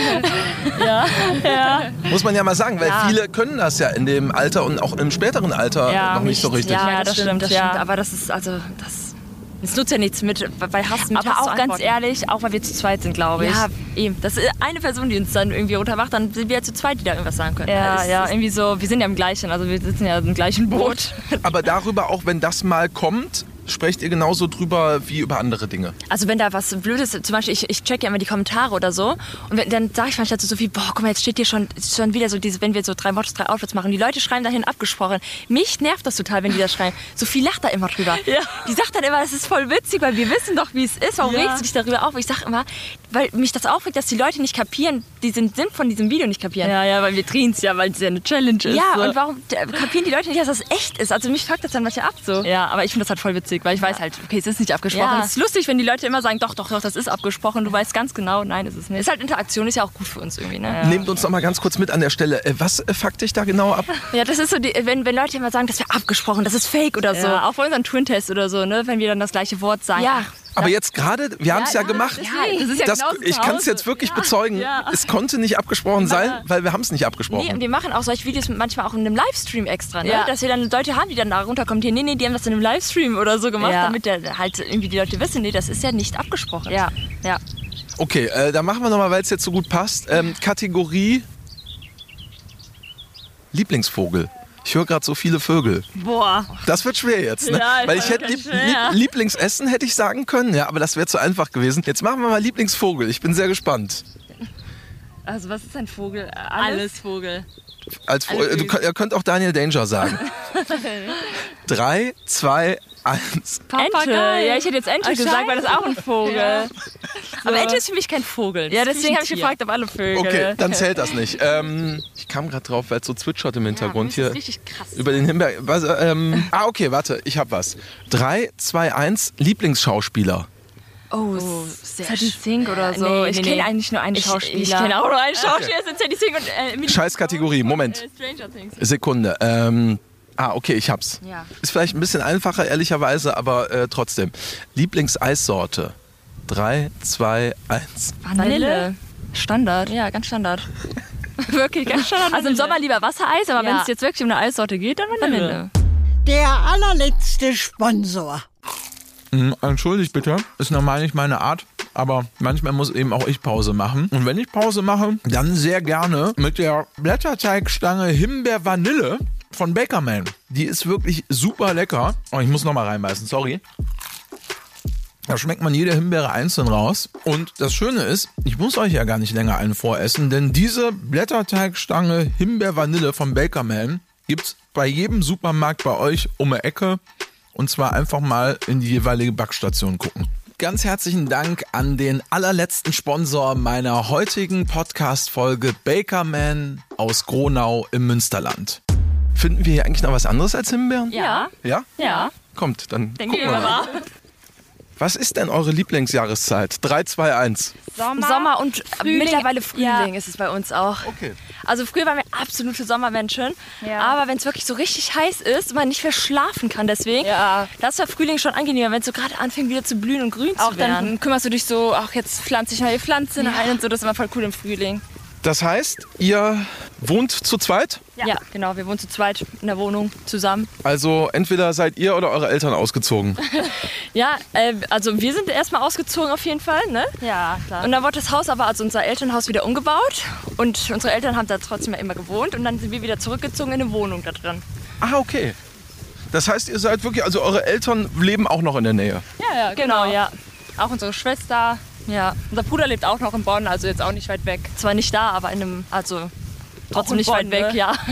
Muss man ja mal sagen, weil viele können das ja in dem Alter und auch im späteren Alter Ja, noch nicht, so richtig. Ja, das stimmt, das ja. stimmt. Aber das ist also das. Es nutzt ja nichts mit, weil Hass mit Aber Hass zu auch ganz antworten. ehrlich, auch weil wir zu zweit sind, glaube ich. Ja, eben. Das ist eine Person, die uns dann irgendwie runtermacht, dann sind wir ja zu zweit, die da irgendwas sagen können. Ja, Das ja, also ist- irgendwie so, wir sind ja im gleichen, also wir sitzen ja im gleichen Boot. Aber darüber, auch wenn das mal kommt, sprecht ihr genauso drüber wie über andere Dinge? Also wenn da was Blödes, zum Beispiel ich, ich checke ja immer die Kommentare oder so und wenn, dann sage ich manchmal so viel, boah, guck mal, jetzt steht hier schon, schon wieder so diese, wenn wir so drei Watches, drei Outfits machen, die Leute schreiben dahin abgesprochen. Mich nervt das total, wenn die das [laughs] schreiben. Sophie lacht da immer drüber. Ja. Die sagt dann immer, das ist voll witzig, weil wir wissen doch, wie es ist. Warum Ja. regst du dich darüber auf? Ich sage immer, weil mich das aufregt, dass die Leute nicht kapieren, die sind, sind von diesem Video nicht kapieren. Ja, ja, weil wir drehen es ja, weil es ja eine Challenge ist. Ja, so. und warum äh, kapieren die Leute nicht, dass das echt ist? Also mich fuckt das dann manchmal ab so. Ja, aber ich finde das halt voll witzig, weil ich weiß halt, okay, es ist nicht abgesprochen. Ja. Es ist lustig, wenn die Leute immer sagen, doch, doch, doch, das ist abgesprochen. Du weißt ganz genau, nein, ist es nicht. Ist halt Interaktion, ist ja auch gut für uns irgendwie, Ah. ne? Nehmt uns noch mal ganz kurz mit an der Stelle. Äh, Was äh, fuckt dich da genau ab? Ja, das ist so, die, wenn, wenn Leute immer sagen, das wäre abgesprochen, das ist fake oder so. Ja, auch bei unseren Twin-Tests oder so, ne, wenn wir dann das gleiche Wort sagen. Ja. Aber jetzt gerade, wir haben es ja, gemacht. deswegen. Das ist ja das, genauso zu ich kann es Hause. jetzt wirklich bezeugen. ja. Es konnte nicht abgesprochen sein, weil wir haben es nicht abgesprochen. Nee, und wir machen auch solche Videos manchmal auch in einem Livestream extra, ne? Ja. Dass wir dann Leute haben, die dann da runterkommen, hier, nee, nee, die haben das in einem Livestream oder so gemacht, Ja. damit der, halt irgendwie die Leute wissen, nee, das ist ja nicht abgesprochen. Ja, ja. Okay, äh, dann machen wir nochmal, weil es jetzt so gut passt. Ähm, Kategorie Lieblingsvogel. Ich höre gerade so viele Vögel. Boah. Das wird schwer jetzt, ne? Ja, Weil das ich wird hätte lieb, ganz schwer. lieb, Lieblingsessen hätte ich sagen können, ja, aber das wäre zu einfach gewesen. Jetzt machen wir mal Lieblingsvogel. Ich bin sehr gespannt. Also, was ist ein Vogel? Alles, Vogel. Als Vo- äh, du, könnt- ihr könnt auch Daniel Danger [laughs] sagen. Drei, zwei, eins. Ente. Ja, ich hätte jetzt Ente Ah, gesagt, weil das ist auch ein Vogel. Ja, Aber Ente ist für mich kein Vogel. Ja, deswegen habe ich gefragt, ob alle Vögel. Okay, dann zählt das nicht. Ähm, ich kam gerade drauf, weil es so zwitschert im Hintergrund hier. richtig krass. Über den Himbeer. Was, ähm, ah, okay, warte, ich hab was. 3, 2, 1, Lieblingsschauspieler. Oh, sehr Sadie Sink oder so. nee, ich nee, kenne nee. eigentlich nur einen Ich- ich Schauspieler. kenne auch nur einen Schauspieler, das sind Sadie Sink und äh, Emily Scheiß Kategorie, Oh, Moment, Stranger Things. Sekunde. Ähm, ah, okay, ich hab's. Ja. Ist vielleicht ein bisschen einfacher, ehrlicherweise, aber äh, trotzdem. Lieblingseissorte. 3, 2, 1. Vanille. Standard. Ja, ganz [laughs] Standard. Wirklich ganz Standard. Also im Sommer lieber Wassereis, aber Ja. wenn es jetzt wirklich um eine Eissorte geht, dann Vanille. Vanille. Der allerletzte Sponsor. Hm, Entschuldigt bitte, ist normal nicht meine Art, aber manchmal muss eben auch ich Pause machen. Und wenn ich Pause mache, dann sehr gerne mit der Blätterteigstange Himbeer-Vanille von Bakerman. Die ist wirklich super lecker. Oh, ich muss nochmal reinbeißen, sorry. Da schmeckt man jede Himbeere einzeln raus. Und das Schöne ist, ich muss euch ja gar nicht länger einen voressen, denn diese Blätterteigstange Himbeer-Vanille von Bakerman gibt's bei jedem Supermarkt bei euch um die Ecke. Und zwar einfach mal in die jeweilige Backstation gucken. Ganz herzlichen Dank an den allerletzten Sponsor meiner heutigen Podcast-Folge Bakerman aus Gronau im Münsterland. Finden wir hier eigentlich noch was anderes als Himbeeren? Ja. Ja? Ja. Kommt, dann Denken gucken wir wir mal. Was ist denn eure Lieblingsjahreszeit? 3, 2, 1. Sommer, und mittlerweile Frühling ist es bei uns auch. Okay. Also früher waren wir absolute Sommermenschen, aber wenn es wirklich so richtig heiß ist und man nicht mehr schlafen kann deswegen, Ja. das war Frühling schon angenehmer, wenn es so gerade anfängt wieder zu blühen und grün Auch zu werden. dann kümmerst du dich so, ach, jetzt pflanze ich neue Pflanzen ein und so, das ist immer voll cool im Frühling. Das heißt, ihr wohnt zu zweit? Ja. genau, wir wohnen zu zweit in der Wohnung zusammen. Also entweder seid ihr oder eure Eltern ausgezogen. Ja, äh, also wir sind erstmal ausgezogen auf jeden Fall, ne? Ja, klar. Und dann wurde das Haus aber, also unser Elternhaus, wieder umgebaut. Und unsere Eltern haben da trotzdem immer gewohnt. Und dann sind wir wieder zurückgezogen in eine Wohnung da drin. ah, okay. Das heißt, ihr seid wirklich, also eure Eltern leben auch noch in der Nähe. ja, ja, Genau, ja. Auch unsere Schwester. Ja. Unser Bruder lebt auch noch in Bonn, also jetzt auch nicht weit weg. Zwar nicht da, aber in einem, also trotzdem in nicht Bonn, weit weg, ne? ja. [laughs]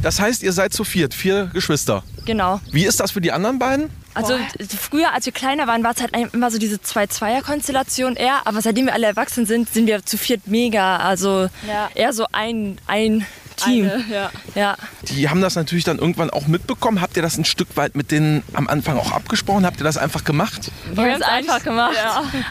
Das heißt, ihr seid zu viert, vier Geschwister. Genau. Wie ist das für die anderen beiden? Also früher, als wir kleiner waren, war es halt immer so diese Zwei-Zweier-Konstellation eher. Aber seitdem wir alle erwachsen sind, sind wir zu viert mega. Also Ja. eher so ein, ein Team. Eine, ja. Ja. Die haben das natürlich dann irgendwann auch mitbekommen. Habt ihr das ein Stück weit mit denen am Anfang auch abgesprochen? Habt ihr das einfach gemacht? Wir haben haben's es einfach eigentlich- gemacht.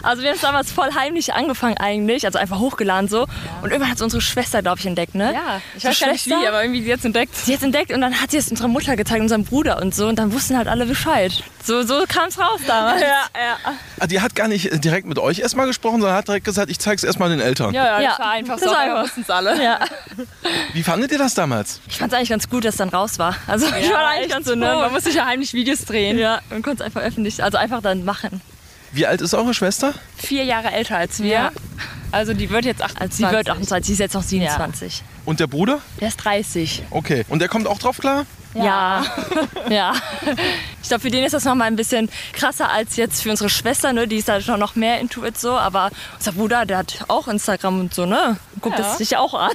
Also wir haben es damals voll heimlich angefangen eigentlich, also einfach hochgeladen so. Und irgendwann hat es unsere Schwester, glaube ich, entdeckt, ne? ich Die weiß gar nicht wie, Schwester, aber irgendwie sie jetzt entdeckt. Sie hat es entdeckt und dann hat sie es unserer Mutter gezeigt, unserem Bruder und so. Und dann wussten halt alle Bescheid. So, so kam es raus damals. [laughs] Ja, ja. Ah, Die hat gar nicht äh, direkt mit euch erstmal gesprochen, sondern hat direkt gesagt, ich zeig's erstmal den Eltern. Ja, ja, Ja. das war einfach Das so, war aber wir einfach. wussten es alle. Ja. Wie fandet ihr das damals? Ich fand es eigentlich ganz gut, dass es dann raus war. Also [laughs] ich war eigentlich ganz so, ne? Man muss sich ja heimlich Videos drehen. Ja, und konnte es einfach öffentlich, also einfach dann machen. Wie alt ist eure Schwester? Vier Jahre älter als wir. Ja. Also die wird jetzt 28. Also sie wird 28, sie ist jetzt noch 27. Und der Bruder? Der ist 30. [laughs] Okay. Und der kommt auch drauf klar? Ja. Ja. Ich glaube, für den ist das nochmal ein bisschen krasser als jetzt für unsere Schwester, ne? Die ist da schon noch mehr into it so. Aber unser Bruder, der hat auch Instagram und so, ne? Guckt Ja. das sich auch an.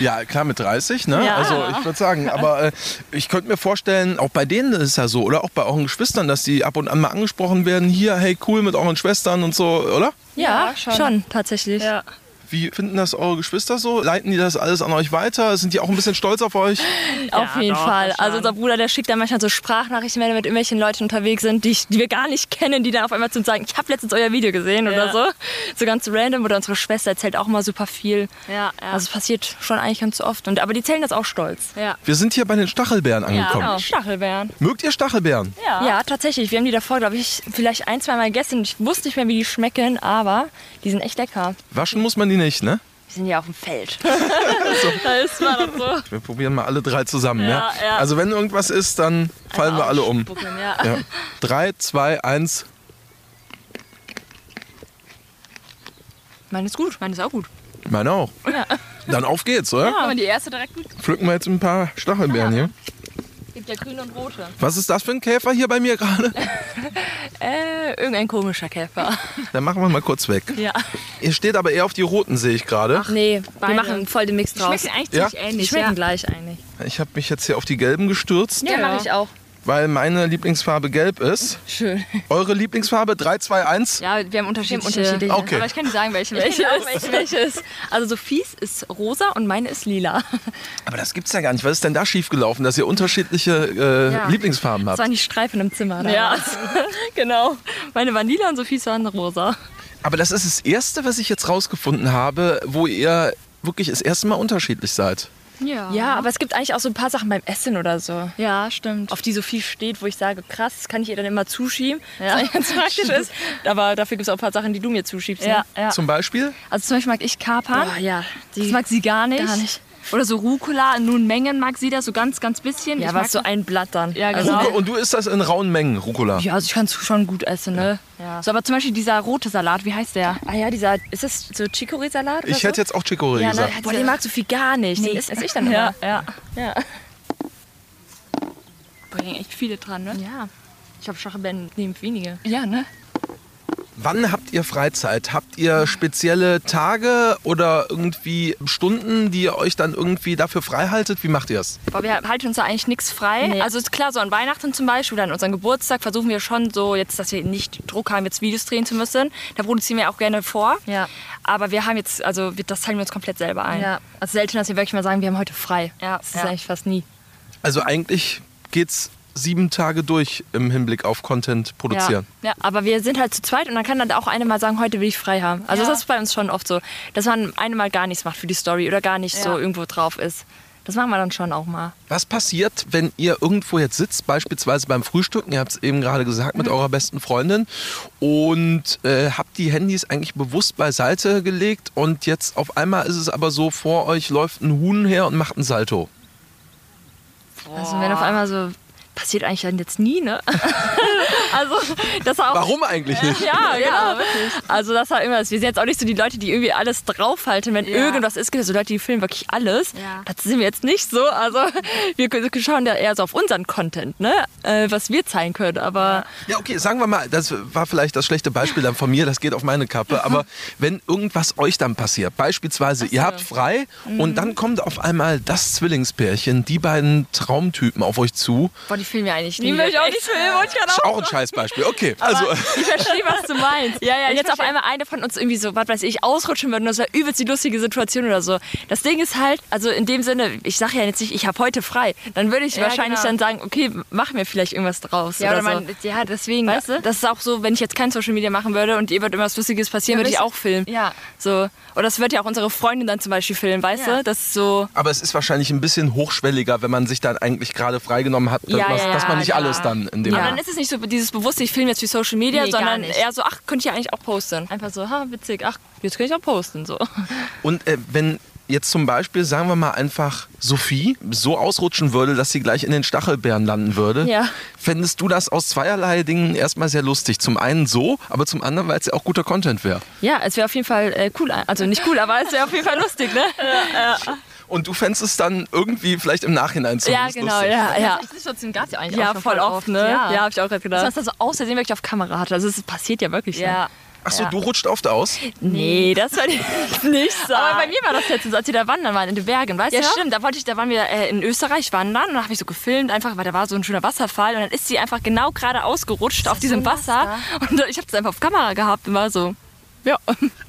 Ja, klar, mit 30, ne? Ja. Also ich würde sagen, aber äh, ich könnte mir vorstellen, auch bei denen ist es ja so, oder auch bei euren Geschwistern, dass die ab und an mal angesprochen werden, hier, hey, cool mit euren Schwestern und so, oder? Ja, Ja, schon. schon. tatsächlich. Ja. Wie finden das eure Geschwister so? Leiten die das alles an euch weiter? Sind die auch ein bisschen stolz auf euch? Auf Ja, jeden doch, Fall. schon. Also unser Bruder, der schickt dann manchmal so Sprachnachrichten, wenn er mit irgendwelchen Leuten unterwegs sind, die, ich, die wir gar nicht kennen, die dann auf einmal zu uns sagen, ich habe letztens euer Video gesehen oder Ja. so. So ganz random. Oder unsere Schwester erzählt auch immer super viel. Ja, ja. Also es passiert schon eigentlich ganz oft. Und, aber die zählen das auch stolz. Ja. Wir sind hier bei den Stachelbeeren angekommen. genau. Stachelbeeren. Mögt ihr Stachelbeeren? Ja. ja, tatsächlich. Wir haben die davor, glaube ich, vielleicht ein, zwei Mal gegessen. und Ich wusste nicht mehr, wie die schmecken, aber die sind echt lecker. Waschen muss man die nicht, ne? Wir sind ja auf dem Feld. Da ist man doch so. Wir probieren mal alle drei zusammen, Ja, ne? ja. Also wenn irgendwas ist, dann fallen wir alle um. Spucken, ja. [laughs] Ja. Drei, zwei, eins. Meine ist gut. Meine ist auch gut. Meine auch. Dann auf geht's, oder? Haben wir die erste direkt mit? Pflücken wir jetzt ein paar Stachelbeeren hier. Gibt ja grüne und rote. Was ist das für ein Käfer hier bei mir [laughs] gerade? Äh, irgendein komischer Käfer. Dann machen wir mal kurz weg. Ja. Ihr steht aber eher auf die roten, sehe ich gerade. Nee, Beide. wir machen voll den Mix draus. Schmecken eigentlich Ja. ziemlich ähnlich. Die schmecken ja. gleich eigentlich. Ich habe mich jetzt hier auf die gelben gestürzt, Ja, mache ich auch. weil meine Lieblingsfarbe gelb ist. Schön. Eure Lieblingsfarbe 3, 2, 1. Ja, wir haben unterschiedliche. unterschiedliche. Okay. Aber ich kann nicht sagen, welche [laughs] welche Genau, ist. welche ist. Also Sophies ist rosa und meine ist lila. Aber das gibt's ja gar nicht. Was ist denn da schiefgelaufen, dass ihr unterschiedliche äh, Ja. Lieblingsfarben Das habt? waren die Streifen im Zimmer. Ja. damals. [laughs] genau. Meine waren lila und Sophies waren rosa. Aber das ist das Erste, was ich jetzt rausgefunden habe, wo ihr wirklich das erste Mal unterschiedlich seid. Ja. Ja, aber es gibt eigentlich auch so ein paar Sachen beim Essen oder so. Ja, stimmt. Auf die Sophie steht, wo ich sage, krass, das kann ich ihr dann immer zuschieben, was eigentlich ganz praktisch ist. Aber dafür gibt es auch ein paar Sachen, die du mir zuschiebst. Ja, Ne? ja. Zum Beispiel? Also zum Beispiel mag ich Kapern. Boah, ja. Das mag sie gar nicht. Gar nicht. Oder so Rucola, in nun Mengen mag sie das, so ganz, ganz bisschen. ja, Ich aber mag so ein Blatt dann. Ja, Also- genau. Rucola- Und du isst das in rauen Mengen, Rucola. [laughs] Ja, also ich kann es schon gut essen, ne? Ja. So, aber zum Beispiel dieser rote Salat, wie heißt der? Ah ja, dieser, ist das so Chicorée-Salat? oder Ich hätte so? jetzt auch Chicorée ja, gesagt. ne, Boah, den magst du viel gar nicht. Den esse esse ich dann immer. [laughs] Ja, ja. Ja. Boah, da hängen echt viele dran, ne? ja. Ich habe Schachbären neben wenige. Ja, ne? Wann habt ihr Freizeit? Habt ihr spezielle Tage oder irgendwie Stunden, die ihr euch dann irgendwie dafür freihaltet? Wie macht ihr es? Aber wir halten uns da eigentlich nichts frei. Nee. Also ist klar, so an Weihnachten zum Beispiel oder an unserem Geburtstag versuchen wir schon so, jetzt, dass wir nicht Druck haben, jetzt Videos drehen zu müssen. Da produzieren wir auch gerne vor. Ja. Aber wir haben jetzt, also wir, das teilen wir uns komplett selber ein. Ja. Also selten, dass wir wirklich mal sagen, wir haben heute frei. Ja, Das ist ja. eigentlich fast nie. Also eigentlich geht's sieben Tage durch im Hinblick auf Content produzieren. Ja. Aber wir sind halt zu zweit und dann kann dann auch eine mal sagen, heute will ich frei haben. Also Ja. das ist bei uns schon oft so, dass man eine mal gar nichts macht für die Story oder gar nicht so Ja. irgendwo drauf ist. Das machen wir dann schon auch mal. Was passiert, wenn ihr irgendwo jetzt sitzt, beispielsweise beim Frühstücken, ihr habt es eben gerade gesagt, mit eurer besten Freundin und äh, habt die Handys eigentlich bewusst beiseite gelegt und jetzt auf einmal ist es aber so, vor euch läuft ein Huhn her und macht einen Salto. Also wenn auf einmal so passiert eigentlich dann jetzt nie, ne? also das war auch Warum eigentlich nicht? Ja, ja, wirklich. Also das war immer, das. wir sind jetzt auch nicht so die Leute, die irgendwie alles draufhalten, wenn Ja. irgendwas ist. Gibt es so Leute, die filmen wirklich alles. Ja. Das sind wir jetzt nicht so. Also wir schauen da eher so auf unseren Content, ne? Äh, was wir zeigen können. Aber Ja, okay, sagen wir mal, das war vielleicht das schlechte Beispiel dann von mir, das geht auf meine Kappe, aber wenn irgendwas euch dann passiert, beispielsweise ihr habt frei und dann kommt auf einmal das Zwillingspärchen, die beiden Traumtypen auf euch zu, Boah, die filmen wir eigentlich die nie. will ich auch nicht filmen. Und ich kann ist auch auch ein Scheißbeispiel, okay, also ich [laughs] verstehe, was du meinst. Ja, ja, Wenn ich jetzt auf verstehe. einmal eine von uns irgendwie so, was weiß ich, ausrutschen würde, und das wäre übelst die lustige Situation oder so. Das Ding ist halt, also in dem Sinne, ich sage ja jetzt nicht, ich habe heute frei. Dann würde ich Ja, wahrscheinlich genau. dann sagen, okay, mach mir vielleicht irgendwas draus Ja, oder, oder so. man, ja, deswegen, Weißt du? Das ist auch so, wenn ich jetzt kein Social Media machen würde und ihr wird immer was Lustiges passieren, würde ich würdest- auch filmen. Ja. So. Oder das wird ja auch unsere Freundin dann zum Beispiel filmen, weißt Ja. du? Das ist so. Aber es ist wahrscheinlich ein bisschen hochschwelliger, wenn man sich dann eigentlich gerade freigenommen hat, dass, Ja, man- ja, ja, dass man nicht ja. alles dann in dem Ja. Aber dann ist es nicht so dieses bewusste, ich filme jetzt für Social Media, Nee, gar sondern nicht. eher so, ach, könnte ich ja eigentlich auch posten. Einfach so, Also, ha, witzig, ach, jetzt kann ich auch posten. So. Und äh, wenn jetzt zum Beispiel, sagen wir mal einfach, Sophie so ausrutschen würde, dass sie gleich in den Stachelbeeren landen würde, Ja. fändest du das aus zweierlei Dingen erstmal sehr lustig. Zum einen so, aber zum anderen, weil es ja auch guter Content wäre. äh, also Ja, es wäre auf jeden Fall äh, cool. Also nicht cool, aber es wäre auf jeden Fall lustig, ne? Und du fändest es dann irgendwie vielleicht im Nachhinein Ja, zumindest genau, lustig. ja, ja. Das trotzdem gab es ja eigentlich Ja, auch schon voll oft, ne? Ja, Ja, hab ich auch gerade gedacht. Dass man das also so aus Versehen wirklich auf Kamera hatte. Also es passiert ja wirklich. Ja. Ach so, du rutscht oft aus. [laughs] Nee, das soll ich nicht sagen. Aber bei mir war das letztens, als wir da wandern waren in den Bergen, weißt Ja, du? stimmt. Da wollte ich, da waren wir äh, in Österreich wandern und da habe ich so gefilmt, einfach, weil da war so ein schöner Wasserfall und dann ist sie einfach genau gerade ausgerutscht auf diesem Wasser und ich habe das einfach auf Kamera gehabt und war so, ja.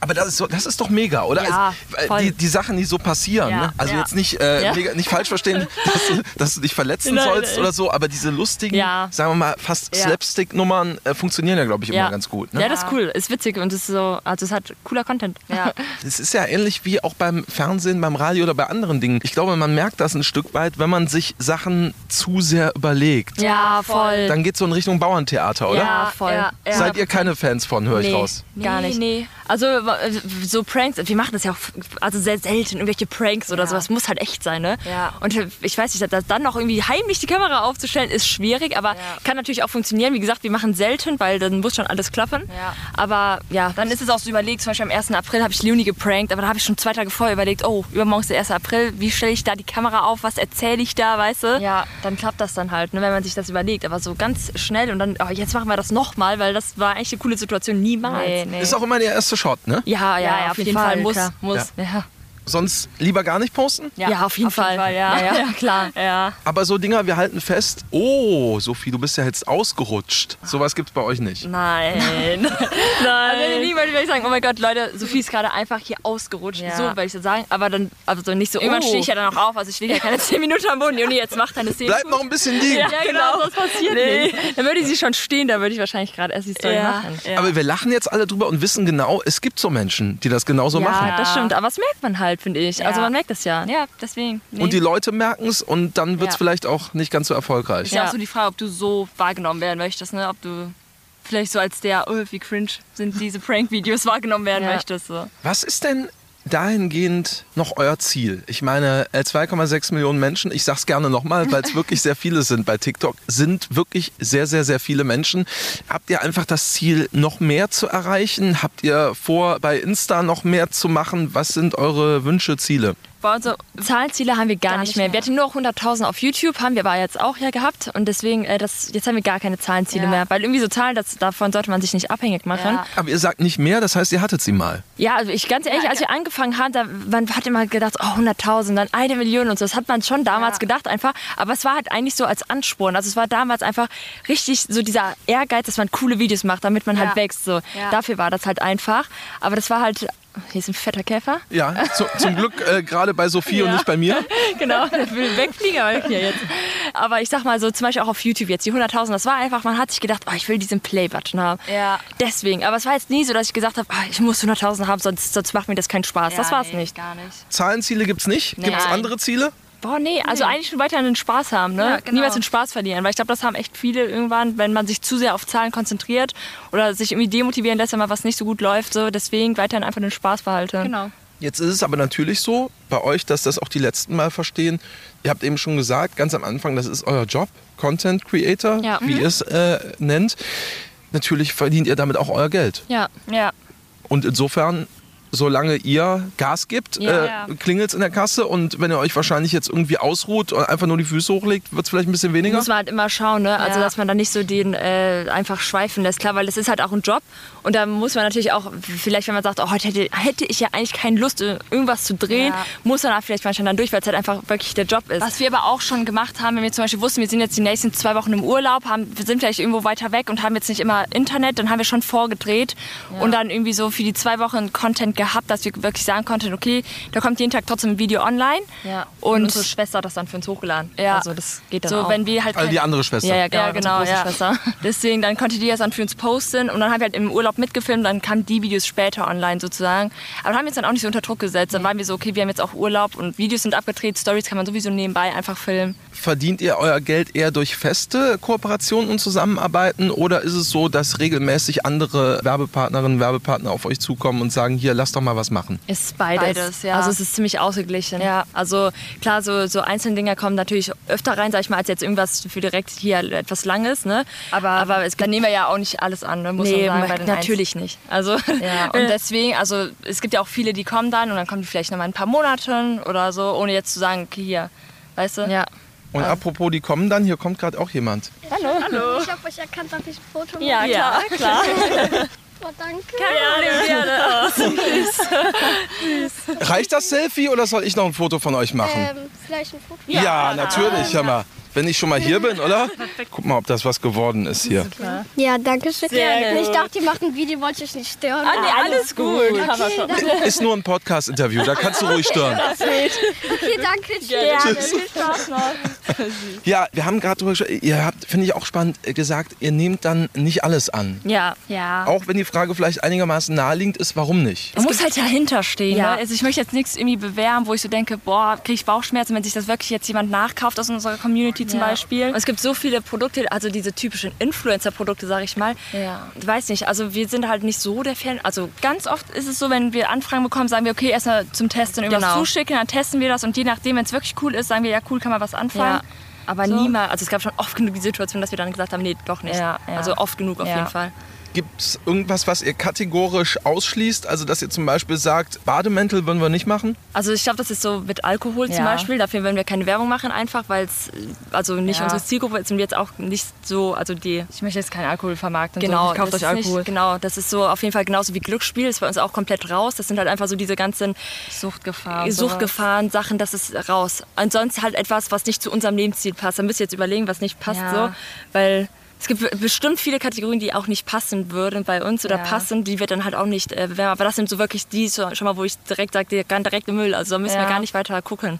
Aber das ist, so, das ist doch mega, oder? Ja, Also, voll. äh, die, die Sachen, die so passieren. Ja, ne? Also ja. jetzt nicht, äh, Ja. mega, nicht falsch [laughs] verstehen, dass, du- dass du dich verletzen Nein, sollst nein. oder so, aber diese lustigen, Ja. sagen wir mal, fast Ja. Slapstick-Nummern äh, funktionieren ja, glaube ich, immer ja. ganz gut. Ne? Ja, das ist cool, ist witzig und ist so, also es hat cooler Content. Ja. Es ist ja ähnlich wie auch beim Fernsehen, beim Radio oder bei anderen Dingen. Ich glaube, man merkt das ein Stück weit, wenn man sich Sachen zu sehr überlegt. Ja, voll. Dann geht es so in Richtung Bauerntheater, oder? [laughs] Ja, voll. Ja, ja. Seid ihr keine Fans von, höre ich raus. Gar Nee, nicht. nee. Also äh, so Pranks, wir machen das ja auch f- also sehr selten, irgendwelche Pranks oder Ja. sowas muss halt echt sein, ne? Ja. Und äh, ich weiß [laughs] nicht, das dann noch irgendwie heimlich die Kamera aufzustellen, ist schwierig, aber kann natürlich auch funktionieren. Wie gesagt, wir machen selten, weil dann muss schon alles klappen. Ja. Aber ja, dann ist es auch so überlegt, zum Beispiel am 1. April habe ich Leonie geprankt, aber da habe ich schon zwei Tage vorher überlegt, oh, übermorgen ist der 1. April, wie stelle ich da die Kamera auf, was erzähle ich da, weißt du? Ja. Dann klappt das dann halt, ne, wenn man sich das überlegt, aber so ganz schnell und dann, oh, jetzt machen wir das nochmal, weil das war eigentlich eine coole Situation, niemals. Nee, nee. Ist auch immer der erste Shot, ne? Ja, ja, Ja, auf, jeden Fall, muss, klar. muss. Ja. Sonst lieber gar nicht posten. Ja, auf jeden Fall. ja. Ja, ja, klar. Ja. Aber so Dinger, wir halten fest. Oh, Sophie, du bist ja jetzt ausgerutscht. Sowas gibt's bei euch nicht. Nein. Nein. Also niemand würde ich sagen, oh mein Gott, Leute, Sophie ist gerade einfach hier ausgerutscht. Ja. So würde ich das sagen. Aber dann, also so nicht so, irgendwann Oh. stehe ich ja dann auch auf. Also ich stehe [laughs] ja keine 10 Minuten am Boden. Juni, jetzt macht deine Szene. Bleib gut. noch ein bisschen liegen. Ja, genau, Genau. sonst passiert Nee. nicht. Dann würde sie schon stehen, da würde ich wahrscheinlich gerade erst die Story Ja. machen. Aber wir lachen jetzt alle drüber und wissen genau, es gibt so Menschen, die das genauso machen. Ja, das stimmt. Aber das merkt man halt, finde ich. Also man merkt das ja. Ja, deswegen. Nee. Und die Leute merken es und dann wird es Ja. vielleicht auch nicht ganz so erfolgreich. Ist ja. Ja. auch so die Frage, ob du so wahrgenommen werden möchtest, ne? Ob du vielleicht so als der, oh, wie cringe sind diese Prank-Videos wahrgenommen werden Ja. möchtest. So. Was ist denn dahingehend noch euer Ziel? Ich meine, äh, 2,6 Millionen Menschen, ich sag's gerne nochmal, weil es wirklich sehr viele sind bei TikTok, sind wirklich sehr, sehr, sehr viele Menschen. Habt ihr einfach das Ziel, noch mehr zu erreichen? Habt ihr vor, bei Insta noch mehr zu machen? Was sind eure Wünsche, Ziele? Bei unsere Zahlenziele haben wir gar, nicht mehr. Wir hatten nur noch 100.000 auf YouTube, haben wir aber jetzt auch ja gehabt. Und deswegen, äh, das, jetzt haben wir gar keine Zahlenziele Ja. mehr. Weil irgendwie so Zahlen, das, davon sollte man sich nicht abhängig machen. Ja. Aber ihr sagt nicht mehr, das heißt, ihr hattet sie mal. Ja, also ich ganz ehrlich, als wir angefangen haben, da, man hat immer gedacht, oh 100.000, dann eine Million und so. Das hat man schon damals Ja. gedacht einfach. Aber es war halt eigentlich so als Ansporn. Also es war damals einfach richtig so dieser Ehrgeiz, dass man coole Videos macht, damit man Ja. halt wächst. So. Ja. Dafür war das halt einfach. Aber das war halt, hier ist ein fetter Käfer. Ja, zu, zum Glück äh, gerade bei Sophie und nicht bei mir. genau, ich will wegfliegen, aber [laughs] hier jetzt. Aber ich sag mal so, zum Beispiel auch auf YouTube jetzt, die 100.000, das war einfach, man hat sich gedacht, oh, ich will diesen Play-Button haben. Ja. Deswegen, aber es war jetzt nie so, dass ich gesagt habe, oh, ich muss 100.000 haben, sonst, sonst macht mir das keinen Spaß. das war's nicht. Gar nicht. Zahlenziele gibt's nicht. Gibt's Nein. andere Ziele? Boah, nee, also eigentlich schon weiterhin den Spaß haben, ne? Ja, genau. Niemals den Spaß verlieren, weil ich glaube, das haben echt viele irgendwann, wenn man sich zu sehr auf Zahlen konzentriert oder sich irgendwie demotivieren lässt, wenn mal was nicht so gut läuft, so deswegen weiterhin einfach den Spaß behalten. Genau. Jetzt ist es aber natürlich so bei euch, dass das auch die letzten Mal verstehen. Ihr habt eben schon gesagt, ganz am Anfang, das ist euer Job, Content Creator, Ja. Mhm. wie ihr es äh, nennt. Natürlich verdient ihr damit auch euer Geld. Ja, Ja. Und insofern, solange ihr Gas gibt, Ja, äh, ja. klingelt's in der Kasse. Und wenn ihr euch wahrscheinlich jetzt irgendwie ausruht und einfach nur die Füße hochlegt, wird's vielleicht ein bisschen weniger. Muss man halt immer schauen, ne? Also, Ja. dass man da nicht so den äh, einfach schweifen lässt. Klar, weil es ist halt auch ein Job. Und da muss man natürlich auch, vielleicht, wenn man sagt, oh, heute hätte, hätte ich ja eigentlich keine Lust, äh, irgendwas zu drehen, Ja. muss man da vielleicht manchmal dann durch, weil es halt einfach wirklich der Job ist. Was wir aber auch schon gemacht haben, wenn wir zum Beispiel wussten, wir sind jetzt die nächsten zwei Wochen im Urlaub, haben, wir sind vielleicht irgendwo weiter weg und haben jetzt nicht immer Internet, dann haben wir schon vorgedreht und dann irgendwie so für die zwei Wochen Content gehabt, dass wir wirklich sagen konnten, okay, da kommt jeden Tag trotzdem ein Video online. ja. und, Und, unsere Schwester hat das dann für uns hochgeladen. ja, Also, das geht dann so, auch. wenn wir halt Also die kein- andere Schwester. ja, ja, genau, Ja, genau, unsere große ja. Schwester. [laughs] Deswegen, dann konnte die das dann für uns posten und dann haben wir halt im Urlaub mitgefilmt, dann kamen die Videos später online sozusagen. Aber haben wir uns dann auch nicht so unter Druck gesetzt. Dann waren wir so, okay, wir haben jetzt auch Urlaub und Videos sind abgedreht, Stories kann man sowieso nebenbei einfach filmen. Verdient ihr euer Geld eher durch feste Kooperationen und Zusammenarbeiten oder ist es so, dass regelmäßig andere Werbepartnerinnen und Werbepartner auf euch zukommen und sagen, hier, lass lass doch mal was machen. Ist beides. Beides, ja. Also es ist ziemlich ausgeglichen. Ja. Also klar, so, so einzelne Dinger kommen natürlich öfter rein, sag ich mal, als jetzt irgendwas für direkt hier etwas Langes, ne? Aber, aber es, dann nehmen wir ja auch nicht alles an, ne? muss Nee, man sagen. bei Bei den den natürlich nicht. Also [laughs] Ja, und deswegen, also es gibt ja auch viele, die kommen dann und dann kommen die vielleicht nochmal in ein paar Monaten oder so, ohne jetzt zu sagen, okay, hier, weißt du? Ja. Und apropos, die kommen dann, hier kommt gerade auch jemand. Ich habe euch erkannt, darf ich ein Foto machen? Ja, [laughs] klar, klar. Oh, danke. Reicht das Selfie oder soll ich noch ein Foto von euch machen? Ähm, vielleicht ein Foto. ja, natürlich, hör mal. Wenn ich schon mal hier bin, oder? Guck mal, ob das was geworden ist hier. Ja, danke schön. Sehr gut. Ich dachte, ihr macht ein Video, wollte ich nicht stören. Ah, nee, alles gut. Ist nur ein Podcast-Interview, da kannst du ruhig [laughs] stören. Okay, danke schön. Ja, wir haben gerade drüber gesprochen, ihr habt, finde ich auch spannend, äh, gesagt, ihr nehmt dann nicht alles an. Ja. Ja. Auch wenn die Frage vielleicht einigermaßen naheliegend ist, warum nicht? Man muss halt dahinter stehen. Ja. Ne? Also ich möchte jetzt nichts irgendwie bewerben, wo ich so denke, boah, kriege ich Bauchschmerzen, wenn sich das wirklich jetzt jemand nachkauft aus unserer Community zum Ja. Beispiel. Und es gibt so viele Produkte, also diese typischen Influencer-Produkte, sage ich mal. Ja. Ich Weiß nicht, also wir sind halt nicht so der Fan. Also Ganz oft ist es so, wenn wir Anfragen bekommen, sagen wir, okay, erstmal zum Testen irgendwas Genau. zuschicken, dann testen wir das und je nachdem, wenn es wirklich cool ist, sagen wir, ja cool, kann man was anfangen. aber So. niemals, also es gab schon oft genug die Situation, dass wir dann gesagt haben, nee, doch nicht. Ja, ja. Also oft genug auf Ja. jeden Fall. Gibt es irgendwas, was ihr kategorisch ausschließt? Also, dass ihr zum Beispiel sagt, Bademäntel würden wir nicht machen? Also ich glaube, das ist so mit Alkohol zum Ja. Beispiel. Dafür werden wir keine Werbung machen, einfach weil es also nicht Ja. unsere Zielgruppe ist und wir jetzt auch nicht so, also die Ich möchte jetzt keinen Alkohol vermarkten. Genau, so. kauft das euch ist Alkohol. Nicht, genau, das ist so auf jeden Fall genauso wie Glücksspiel, ist bei uns auch komplett raus. Das sind halt einfach so diese ganzen Suchtgefahr. Suchtgefahren, Sachen, das ist raus. Ansonsten halt etwas, was nicht zu unserem Lebensziel passt. Da müsst ihr jetzt überlegen, was nicht passt Ja. so, weil es gibt bestimmt viele Kategorien, die auch nicht passen würden bei uns oder Ja. passen, die wir dann halt auch nicht äh, bewerben. Aber das sind so wirklich die schon schon mal, wo ich direkt sage, die gehen direkt im Müll. Also da müssen Ja. wir gar nicht weiter gucken.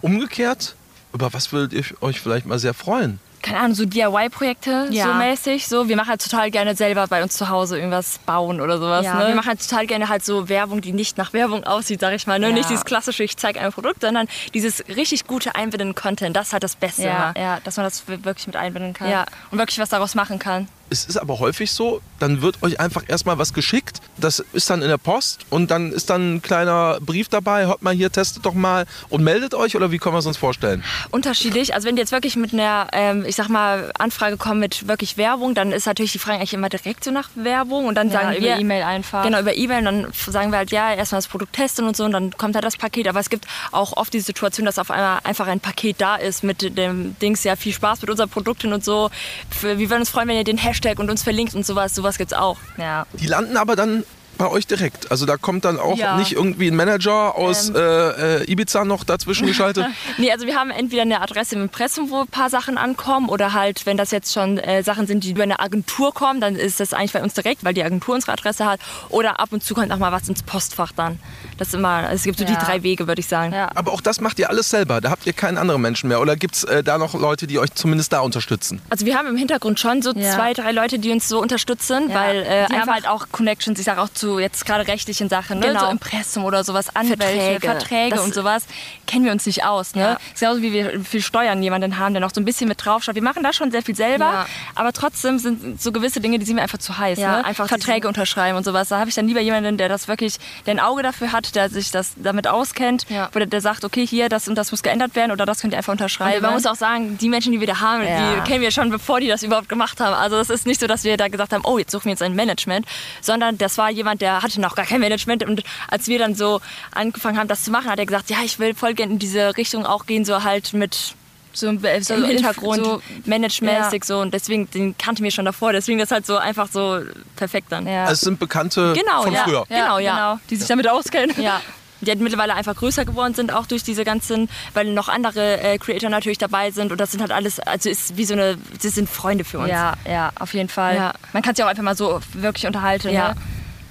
Umgekehrt, über was würdet ihr euch vielleicht mal sehr freuen? Keine Ahnung, so DIY-Projekte Ja. so mäßig. So, wir machen halt total gerne selber bei uns zu Hause irgendwas bauen oder sowas. Ja, ne? wir machen halt total gerne halt so Werbung, die nicht nach Werbung aussieht, sag ich mal. Ne? Ja. Nicht dieses klassische, ich zeige ein Produkt, sondern dieses richtig gute einbindende Content. Das ist halt das Beste. ja, immer. ja, dass man das wirklich mit einbinden kann. Ja. Und wirklich was daraus machen kann. Es ist aber häufig so, dann wird euch einfach erstmal was geschickt. Das ist dann in der Post und dann ist dann ein kleiner Brief dabei. Hört mal hier, testet doch mal und meldet euch oder wie können wir es uns vorstellen? Unterschiedlich. Also wenn die jetzt wirklich mit einer, ähm, ich sag mal, Anfrage kommen mit wirklich Werbung, dann ist natürlich die Frage eigentlich immer direkt so nach Werbung und dann sagen ja, wir über E-Mail einfach. Genau, über E-Mail und dann sagen wir halt, ja, erstmal das Produkt testen und so und dann kommt halt das Paket. Aber es gibt auch oft die Situation, dass auf einmal einfach ein Paket da ist mit dem Dings, ja, viel Spaß mit unseren Produkten und so. Für, wir würden uns freuen, wenn ihr den Hashtag und uns verlinkt und sowas. Sowas gibt's auch. Ja. Die landen aber dann bei euch direkt. Also da kommt dann auch Ja. nicht irgendwie ein Manager aus äh, äh, Ibiza noch dazwischen geschaltet. Nee, also wir haben entweder eine Adresse im Impressum, wo ein paar Sachen ankommen oder halt, wenn das jetzt schon äh, Sachen sind, die über eine Agentur kommen, dann ist das eigentlich bei uns direkt, weil die Agentur unsere Adresse hat. Oder ab und zu kommt noch mal was ins Postfach dann. Das ist immer, es gibt so Ja. die drei Wege, würde ich sagen. Ja. aber auch das macht ihr alles selber. Da habt ihr keinen anderen Menschen mehr. Oder gibt es äh, da noch Leute, die euch zumindest da unterstützen? Also wir haben im Hintergrund schon so Ja. zwei, drei Leute, die uns so unterstützen, Ja. weil Die äh, haben einfach halt auch Connections, ich sage auch zu jetzt gerade rechtlichen Sachen, ne? Genau. so Impressum oder sowas, Anwälte, Verträge. Verträge, Das- und sowas, kennen wir uns nicht aus. Ne? Ja. Ist genauso wie wir für Steuern jemanden haben, der noch so ein bisschen mit draufschaut. Wir machen da schon sehr viel selber, Ja. aber trotzdem sind so gewisse Dinge, die sind mir einfach zu heiß. Ja, ne? einfach Verträge diesen- unterschreiben und sowas. Da habe ich dann lieber jemanden, der das wirklich, der ein Auge dafür hat, der sich das damit auskennt, Ja. wo der, der sagt, okay, hier, das und das muss geändert werden oder das könnt ihr einfach unterschreiben. Und man muss auch sagen, die Menschen, die wir da haben, Ja. die kennen wir schon, bevor die das überhaupt gemacht haben. Also es ist nicht so, dass wir da gesagt haben, oh, jetzt suchen wir jetzt ein Management, sondern das war jemand, der hatte noch gar kein Management. Und als wir dann so angefangen haben, das zu machen, hat er gesagt, ja, ich will voll gerne in diese Richtung auch gehen, so halt mit [laughs] so im, so im Im Hintergrund, Hintergrund, so- so managementmäßig so. Und deswegen, den kannte mir schon davor. Deswegen das halt so einfach so perfekt dann. Ja. Also es sind Bekannte Genau, von ja. früher. Ja, genau, ja. Die sich damit auskennen. Ja. Die halt mittlerweile einfach größer geworden sind, auch durch diese ganzen, weil noch andere äh, Creator natürlich dabei sind und das sind halt alles, also ist wie so eine, das sind Freunde [laughs] für uns. Ja, ja, auf jeden Fall. Ja. Man kann sich auch einfach mal so wirklich unterhalten. Ja. Ne?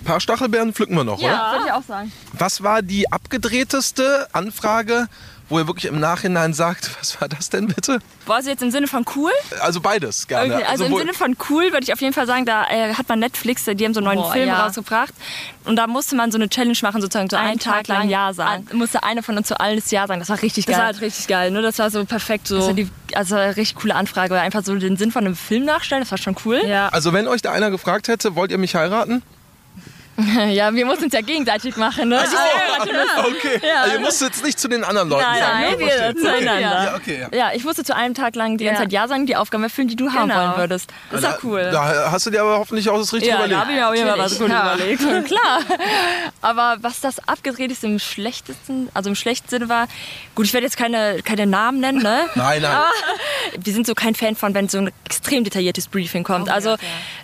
Ein paar Stachelbeeren pflücken wir noch, oder? würde ich auch sagen. Was war die abgedrehteste Anfrage, wo ihr wirklich im Nachhinein sagt, [laughs] was war das denn bitte? War sie jetzt im Sinne von cool? Also beides gerne. Okay, also, im wo- Sinne von cool würde ich auf jeden Fall sagen, da äh, hat man Netflix, die haben so einen neuen Boah, Film ja. rausgebracht und da musste man so eine Challenge machen, sozusagen so einen, Tag, lang Ja sagen. Musste einer von uns zu alles Ja sagen. Das war richtig Das geil. war halt richtig geil, ne? Das war so perfekt so. war die, also eine richtig coole Anfrage. weil Einfach so den Sinn von einem Film nachstellen, das war schon cool. ja. Also wenn euch da einer gefragt hätte, wollt ihr mich heiraten? [laughs] Ja, wir mussten es ja gegenseitig machen, ne? Also, Okay, also ihr musst jetzt nicht zu den anderen Leuten Nein, sagen. nein, ne? wir Verstehe. zueinander. Okay. Ja, okay, ja. ja, ich musste zu einem Tag lang die ganze Ja. Zeit Ja sagen, die Aufgaben erfüllen, die du haben Genau. wollen würdest. Das war cool. Da hast du dir aber hoffentlich auch das Richtige ja, da überlegt. habe ich mir auch immer was Natürlich, gut ja. überlegt. Klar. Aber was das abgedrehteste im schlechtesten, also im schlechten Sinne war, gut, ich werde jetzt keine, keine Namen nennen, ne? Nein, Ah, nein. [laughs] wir sind so kein Fan von, wenn so ein extrem detailliertes Briefing Oh, kommt. also,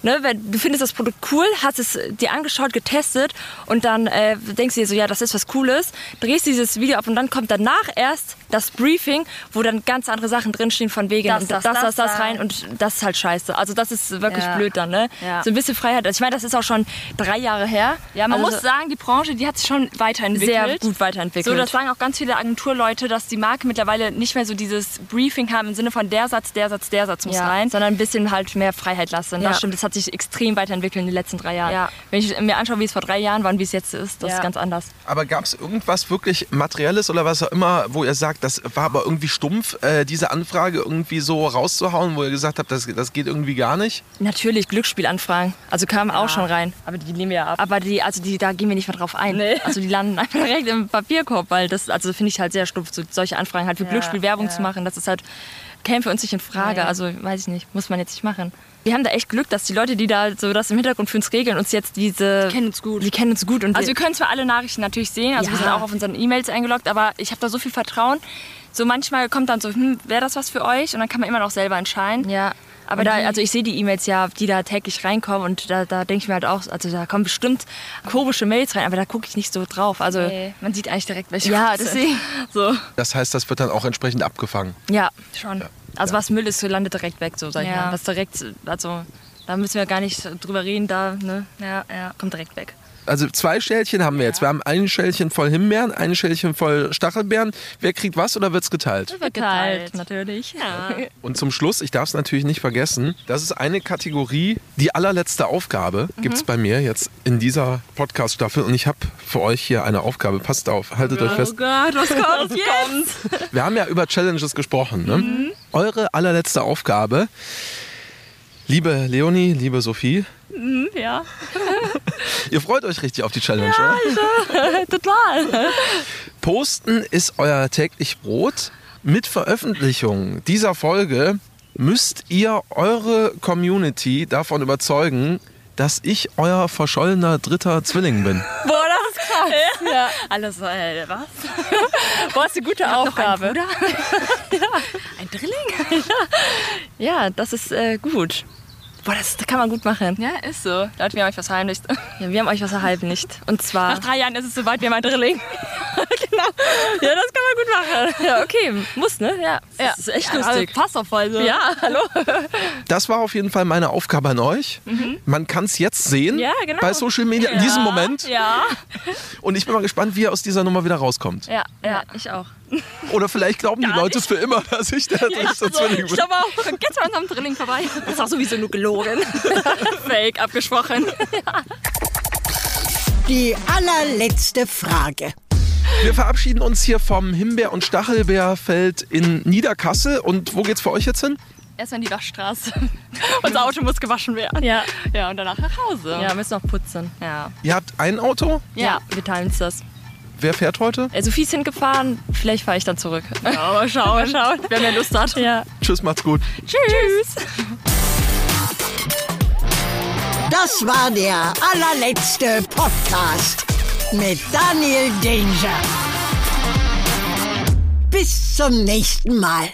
ne, wenn du findest das Produkt cool, hast es dir angeschaut, getestet und dann äh, denkst du dir so, ja, das ist was Cooles, drehst dieses Video ab und dann kommt danach erst das Briefing, wo dann ganz andere Sachen drinstehen von wegen Das, und das, das, das, das, das. rein und das ist halt scheiße. Also das ist wirklich Ja. blöd dann, ne? Ja. So ein bisschen Freiheit. Also ich meine, das ist auch schon drei Jahre her. Ja, man also muss sagen, die Branche, die hat sich schon weiterentwickelt. sehr gut weiterentwickelt. So, das sagen auch ganz viele Agenturleute, dass die Marken mittlerweile nicht mehr so dieses Briefing haben im Sinne von der Satz, der Satz, der Satz muss ja, rein. sondern ein bisschen halt mehr Freiheit lassen. Ja. Das stimmt, das hat sich extrem weiterentwickelt in den letzten drei Jahren. Ja. Wenn ich mir anschaue, wie es vor drei Jahren war und wie es jetzt ist, das Ja. ist ganz anders. Aber gab es irgendwas wirklich Materielles oder was auch immer, wo ihr sagt, das war aber irgendwie stumpf, äh, diese Anfrage irgendwie so rauszuhauen, wo ihr gesagt habt, das, das geht irgendwie gar nicht? Natürlich Glücksspielanfragen, also kamen auch schon rein. Aber die nehmen wir ab. Aber die, also die, da gehen wir nicht mehr drauf ein. Also die landen einfach direkt im Papierkorb, weil das, also finde ich halt sehr stumpf, so, solche Anfragen halt für Glücksspiel Werbung zu machen, das ist halt, käme für uns nicht in Frage. Also weiß ich nicht, muss man jetzt nicht machen. Wir haben da echt Glück, dass die Leute, die da so das im Hintergrund für uns regeln, uns jetzt diese... Die kennen uns gut. Die kennen uns gut und Also wir- wir können zwar alle Nachrichten natürlich sehen, also wir Ja. sind auch auf unseren E-Mails eingeloggt, aber ich habe da so viel Vertrauen. So manchmal kommt dann so, hm, wäre das was für euch? Und dann kann man immer noch selber entscheiden. Ja, aber Und da, die- also ich sehe die E-Mails ja, die da täglich reinkommen und da, da denke ich mir halt auch, also da kommen bestimmt komische Mails rein, aber da gucke ich nicht so drauf. Also Nee, man sieht eigentlich direkt, welche ja, gut sind. deswegen. So. Das heißt, das wird dann auch entsprechend abgefangen. Ja. Schon. Also was Müll ist, so landet direkt weg, so sag ich Ja. mal. Was direkt, also da müssen wir gar nicht drüber reden, da, ne? Ja, ja. Kommt direkt weg. Also zwei Schälchen haben wir jetzt. Wir haben ein Schälchen voll Himbeeren, ein Schälchen voll Stachelbeeren. Wer kriegt was oder wird's geteilt? Geteilt. natürlich. Ja. Und zum Schluss, ich darf es natürlich nicht vergessen, das ist eine Kategorie, die allerletzte Aufgabe gibt's Mhm. bei mir jetzt in dieser Podcast-Staffel. Und ich habe für euch hier eine Aufgabe. Passt auf, haltet euch fest. Oh Gott, was kommt jetzt? Mhm. Wir haben ja über Challenges gesprochen. Ne? Eure allerletzte Aufgabe, liebe Leonie, liebe Sophie, Mhm, Ja, [laughs] ihr freut euch richtig auf die Challenge, oder? total. Posten ist euer täglich Brot. Mit Veröffentlichung dieser Folge müsst ihr eure Community davon überzeugen, dass ich euer verschollener dritter Zwilling bin. Boah, das ist krass. Ja. Alles, äh, was? Boah, ist eine gute Aufgabe. [laughs] Bruder? Ein Drilling? Ja, das ist äh, gut. Boah, das, das kann man gut machen. Ja, ist so. Leute, wir haben euch verheimlicht. Ja, wir haben euch was erhalten, [laughs] nicht? Und zwar. Genau. Nach drei Jahren ist es soweit, wir haben [laughs] ein Drilling. ja, das kann man gut machen. Ja, okay. Muss, ne? Ja. Das ist echt lustig. also, Passt auf voll so. Ja. hallo. Das war auf jeden Fall meine Aufgabe an euch. Man kann es jetzt sehen Mhm. Ja, genau. bei Social Media in Ah. diesem Moment. Ja. Und ich bin mal gespannt, wie ihr aus dieser Nummer wieder rauskommt. Ja, ja, ich auch. Oder vielleicht glauben die Leute für immer, dass ich [laughs] der also, dritte Zwilling bin. mal, geht's mal an unserem Drilling vorbei. Das ist auch sowieso nur gelogen. [laughs] Fake, abgesprochen. Die allerletzte Frage. Wir verabschieden uns hier vom Himbeer- und Stachelbeerfeld in Niederkassel. Und wo geht's für euch jetzt hin? Erstmal in die Waschstraße. Unser Auto muss gewaschen werden. Ja. Ja, und danach nach Hause. Ja, müssen noch putzen. Ja. Ihr habt ein Auto. Ja. wir teilen uns das. Wer fährt heute? Äh, Sophie ist hingefahren, vielleicht fahre ich dann zurück. Ja, mal schauen, mal schauen. Wer mehr Lust hat. Ja. Tschüss, macht's gut. Tschüss. Das war der allerletzte Podcast mit Daniel Danger. Bis zum nächsten Mal.